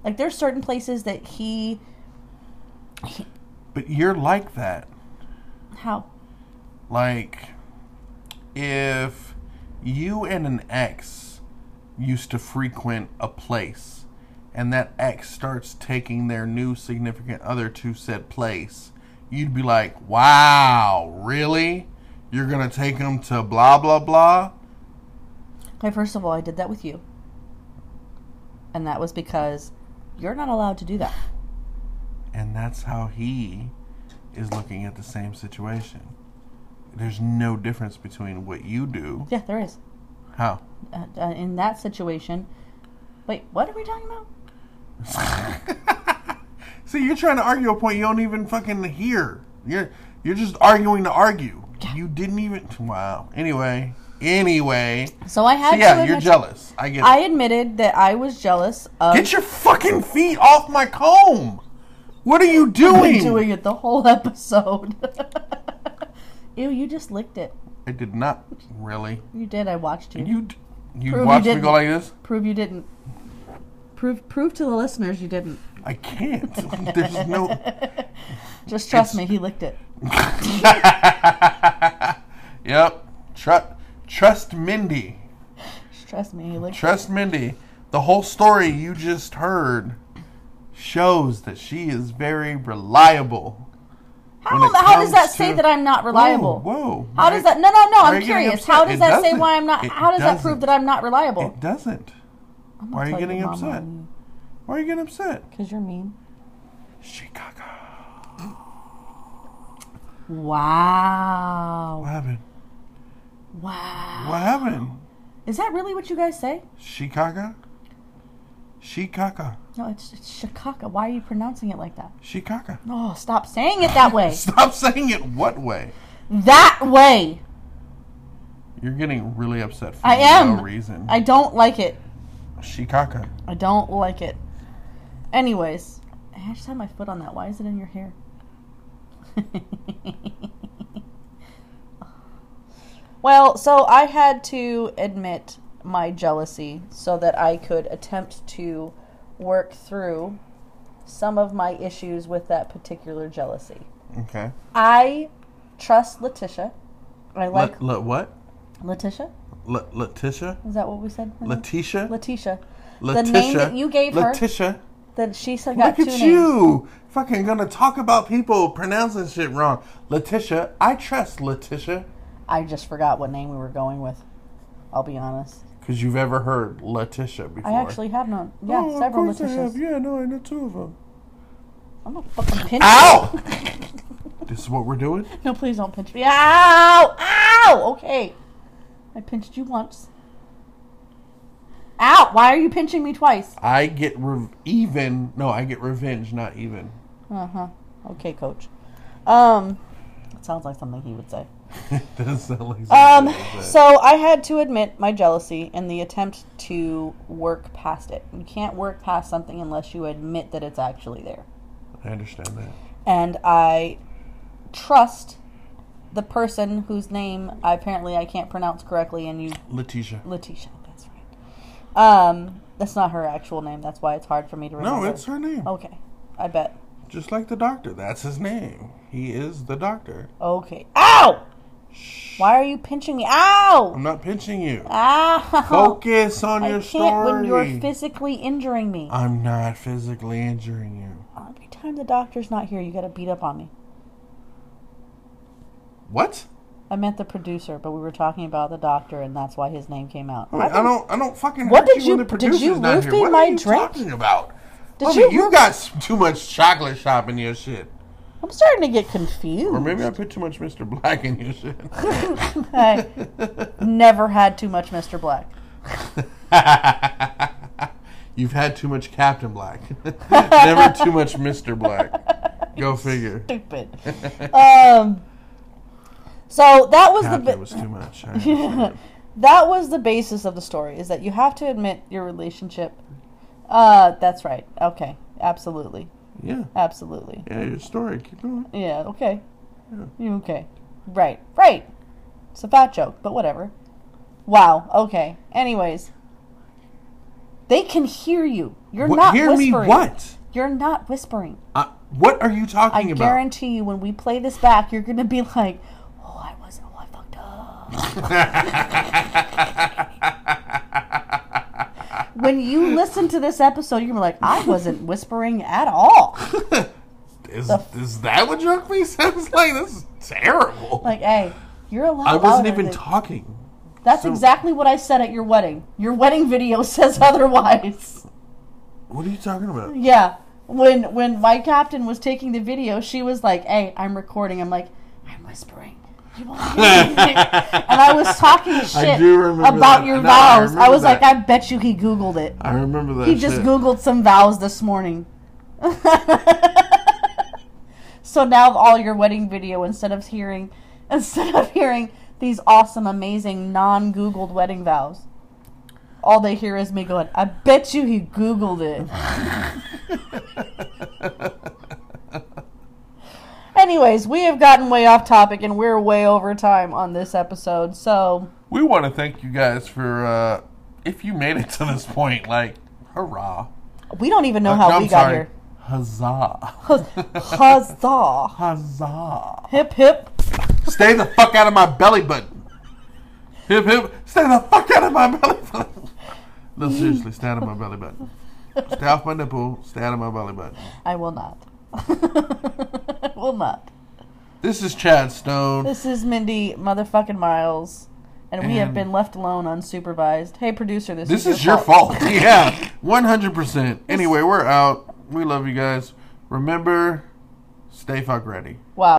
[SPEAKER 1] like there's certain places that he, he
[SPEAKER 2] But you're like that.
[SPEAKER 1] how
[SPEAKER 2] Like, if you and an ex used to frequent a place, and that ex starts taking their new significant other to said place, you'd be like, wow, really? You're going to take them to blah, blah, blah?
[SPEAKER 1] okay first of all I did that with you and that was because you're not allowed to do that
[SPEAKER 2] And that's how he is looking at the same situation. There's no difference between what you do.
[SPEAKER 1] yeah there is
[SPEAKER 2] How?
[SPEAKER 1] uh, uh, in that situation. Wait, what are we talking about?
[SPEAKER 2] See, you're trying to argue a point you don't even fucking hear. You're you're just arguing to argue. You didn't even. Wow. Anyway, anyway.
[SPEAKER 1] So I had
[SPEAKER 2] So
[SPEAKER 1] to
[SPEAKER 2] yeah, you're
[SPEAKER 1] admit-
[SPEAKER 2] jealous. I get.
[SPEAKER 1] I
[SPEAKER 2] it.
[SPEAKER 1] admitted that I was jealous of
[SPEAKER 2] Get your fucking feet off my comb. What are you doing?
[SPEAKER 1] doing it the whole episode. Ew, you just licked it.
[SPEAKER 2] I did not really.
[SPEAKER 1] You did. I watched you.
[SPEAKER 2] You d- you
[SPEAKER 1] Prove you
[SPEAKER 2] watched me
[SPEAKER 1] didn't.
[SPEAKER 2] go like this.
[SPEAKER 1] prove you didn't. Prove prove to the listeners you didn't.
[SPEAKER 2] I can't. There's no.
[SPEAKER 1] Just trust
[SPEAKER 2] It's-
[SPEAKER 1] me, he licked it.
[SPEAKER 2] yep. Trust trust Mindy.
[SPEAKER 1] Just trust me, he licked.
[SPEAKER 2] Trust Mindy. The whole story you just heard shows that she is very reliable.
[SPEAKER 1] How,
[SPEAKER 2] when it
[SPEAKER 1] how does that
[SPEAKER 2] comes
[SPEAKER 1] say
[SPEAKER 2] to-
[SPEAKER 1] that I'm not reliable?
[SPEAKER 2] Oh, Whoa. whoa.
[SPEAKER 1] How does that? No, no, no.
[SPEAKER 2] Why are
[SPEAKER 1] I'm
[SPEAKER 2] you getting
[SPEAKER 1] curious.
[SPEAKER 2] upset?
[SPEAKER 1] How does
[SPEAKER 2] It
[SPEAKER 1] that say
[SPEAKER 2] doesn't.
[SPEAKER 1] why I'm not?
[SPEAKER 2] It
[SPEAKER 1] How does that prove
[SPEAKER 2] doesn't.
[SPEAKER 1] that I'm not reliable?
[SPEAKER 2] It doesn't. Why are you getting upset? Why are you getting upset?
[SPEAKER 1] Because you're mean.
[SPEAKER 2] Chicago. What
[SPEAKER 1] Wow.
[SPEAKER 2] happened?
[SPEAKER 1] Wow.
[SPEAKER 2] What happened?
[SPEAKER 1] Is that really what you guys say?
[SPEAKER 2] Chicago? Chicago.
[SPEAKER 1] No, it's, it's Chicago. Why are you pronouncing it like that?
[SPEAKER 2] Chicago.
[SPEAKER 1] Oh, stop saying it that way.
[SPEAKER 2] Stop saying it what way?
[SPEAKER 1] that way.
[SPEAKER 2] You're getting really upset for
[SPEAKER 1] I am.
[SPEAKER 2] no reason.
[SPEAKER 1] I don't like it.
[SPEAKER 2] Chicago.
[SPEAKER 1] I don't like it. Anyways, I just had my foot on that. Why is it in your hair? well, so I had to admit my jealousy so that I could attempt to work through some of my issues with that particular jealousy.
[SPEAKER 2] Okay.
[SPEAKER 1] I trust Letitia. I like
[SPEAKER 2] Le- le- what?
[SPEAKER 1] Letitia.
[SPEAKER 2] Le- Letitia?
[SPEAKER 1] Is that what we said? her name?
[SPEAKER 2] Letitia?
[SPEAKER 1] Letitia.
[SPEAKER 2] Letitia.
[SPEAKER 1] The name that you gave her.
[SPEAKER 2] Letitia.
[SPEAKER 1] That she said got
[SPEAKER 2] Look
[SPEAKER 1] two
[SPEAKER 2] at
[SPEAKER 1] names.
[SPEAKER 2] you. Fucking gonna talk about people pronouncing shit wrong. Letitia. I trust Letitia.
[SPEAKER 1] I just forgot what name we were going with. I'll be honest.
[SPEAKER 2] Because you've ever heard Letitia before.
[SPEAKER 1] I actually have known. Yeah,
[SPEAKER 2] Oh, of
[SPEAKER 1] several
[SPEAKER 2] course I have.
[SPEAKER 1] Letitias.
[SPEAKER 2] Yeah, no, I know two of them.
[SPEAKER 1] I'm gonna fucking pinch
[SPEAKER 2] Ow! this is what we're doing?
[SPEAKER 1] you. No, please don't pinch me. Ow! Ow! Okay. I pinched you once. Ow! Why are you pinching me twice?
[SPEAKER 2] I get re- even. No, I get revenge, not even.
[SPEAKER 1] Uh huh. Okay, coach. Um, that sounds like something he would say.
[SPEAKER 2] it does sound like
[SPEAKER 1] Um,
[SPEAKER 2] something like that.
[SPEAKER 1] so I had to admit my jealousy and the attempt to work past it. You can't work past something unless you admit that it's actually there.
[SPEAKER 2] I understand that.
[SPEAKER 1] And I trust the person whose name I apparently I can't pronounce correctly and you
[SPEAKER 2] Letitia.
[SPEAKER 1] Letitia, that's right. Um that's not her actual name, that's why it's hard for me to remember.
[SPEAKER 2] No, it's her name.
[SPEAKER 1] Okay. I bet.
[SPEAKER 2] Just like the doctor. That's his name. He is the doctor.
[SPEAKER 1] Okay. Ow!
[SPEAKER 2] Shh.
[SPEAKER 1] Why are you pinching me? Ow!
[SPEAKER 2] I'm not pinching you.
[SPEAKER 1] Ow!
[SPEAKER 2] Focus on
[SPEAKER 1] Oh, I
[SPEAKER 2] your
[SPEAKER 1] can't
[SPEAKER 2] story. Uh.
[SPEAKER 1] when you're physically injuring me.
[SPEAKER 2] I'm not physically injuring you.
[SPEAKER 1] Every time the doctor's not here, you gotta beat up on me.
[SPEAKER 2] What?
[SPEAKER 1] I meant the producer, but we were talking about the doctor, and that's why his name came out.
[SPEAKER 2] I, mean, I don't. I don't fucking.
[SPEAKER 1] What
[SPEAKER 2] hurt
[SPEAKER 1] did
[SPEAKER 2] when
[SPEAKER 1] you-
[SPEAKER 2] the
[SPEAKER 1] did you
[SPEAKER 2] producer's not
[SPEAKER 1] roofie
[SPEAKER 2] here. What
[SPEAKER 1] my
[SPEAKER 2] are you
[SPEAKER 1] drink?
[SPEAKER 2] talking about?
[SPEAKER 1] Did
[SPEAKER 2] Mommy,
[SPEAKER 1] you
[SPEAKER 2] You
[SPEAKER 1] roof-
[SPEAKER 2] got s- too much chocolate shop in your shit,
[SPEAKER 1] I'm starting to get confused.
[SPEAKER 2] or maybe I put too much Mr. Black in your shit.
[SPEAKER 1] I never had too much Mr. Black.
[SPEAKER 2] You've had too much Captain Black. Never too much Mr. Black. Go figure.
[SPEAKER 1] Stupid. um. So that was the
[SPEAKER 2] Captain
[SPEAKER 1] bi-
[SPEAKER 2] was too much. I understand.
[SPEAKER 1] that was the basis of the story is that you have to admit your relationship. Uh, that's right. Okay, absolutely,
[SPEAKER 2] yeah.
[SPEAKER 1] absolutely.
[SPEAKER 2] Yeah, your story. Keep going.
[SPEAKER 1] Yeah, okay.
[SPEAKER 2] Yeah.
[SPEAKER 1] You okay? Right, right. It's a fat joke, but whatever. Wow, okay. Anyways, they can hear you. You're
[SPEAKER 2] What-
[SPEAKER 1] not
[SPEAKER 2] hear me
[SPEAKER 1] whispering.
[SPEAKER 2] what?
[SPEAKER 1] You're not whispering.
[SPEAKER 2] Uh, what are you
[SPEAKER 1] I
[SPEAKER 2] talking about?
[SPEAKER 1] guarantee you, when we play this back, you're gonna be like, "Oh, I was, oh, I fucked up." when you listen to this episode, you're gonna be like, "I wasn't whispering at all."
[SPEAKER 2] Is, is that what drunk me sounds like? This is terrible.
[SPEAKER 1] Like, hey, you're a lot.
[SPEAKER 2] I wasn't
[SPEAKER 1] louder
[SPEAKER 2] even
[SPEAKER 1] than-
[SPEAKER 2] talking.
[SPEAKER 1] That's
[SPEAKER 2] So-
[SPEAKER 1] exactly what I said at your wedding. Your wedding video says otherwise.
[SPEAKER 2] What are you talking about?
[SPEAKER 1] Yeah. When when my captain was taking the video, she was like, "Hey, I'm recording." I'm like, "I'm whispering." You won't hear anything." and I was talking shit
[SPEAKER 2] do remember
[SPEAKER 1] about
[SPEAKER 2] that.
[SPEAKER 1] your
[SPEAKER 2] No, I
[SPEAKER 1] vows. I,
[SPEAKER 2] remember
[SPEAKER 1] was
[SPEAKER 2] that.
[SPEAKER 1] like, "I bet you he googled it.
[SPEAKER 2] I remember that.
[SPEAKER 1] He just
[SPEAKER 2] shit.
[SPEAKER 1] googled some vows this morning." so now all your wedding video instead of hearing instead of hearing these awesome, amazing non-googled wedding vows, all they hear is me going, "I bet you he googled it." Anyways, we have gotten way off topic and we're way over time on this episode. So,
[SPEAKER 2] We want to thank you guys for uh, if you made it to this point. Like, hurrah!
[SPEAKER 1] we don't even know
[SPEAKER 2] Uh,
[SPEAKER 1] how
[SPEAKER 2] no,
[SPEAKER 1] we
[SPEAKER 2] I'm
[SPEAKER 1] got
[SPEAKER 2] sorry.
[SPEAKER 1] here.
[SPEAKER 2] Huzzah!
[SPEAKER 1] Huzzah.
[SPEAKER 2] Huzzah!
[SPEAKER 1] Hip hip.
[SPEAKER 2] Stay the fuck out of my belly button. Hip hip. Stay the fuck out of my belly button. No, seriously, stay out of my belly button. Stay off my nipple. Stay out of my belly button.
[SPEAKER 1] I will not. I will not.
[SPEAKER 2] This is Chad Stone.
[SPEAKER 1] This is Mindy motherfucking Miles. And we have
[SPEAKER 2] And-
[SPEAKER 1] been left alone unsupervised. Hey producer, this,
[SPEAKER 2] This
[SPEAKER 1] is, your
[SPEAKER 2] fault. yeah, one hundred percent. Anyway, we're out. We love you guys. Remember, stay fuck ready.
[SPEAKER 1] Wow.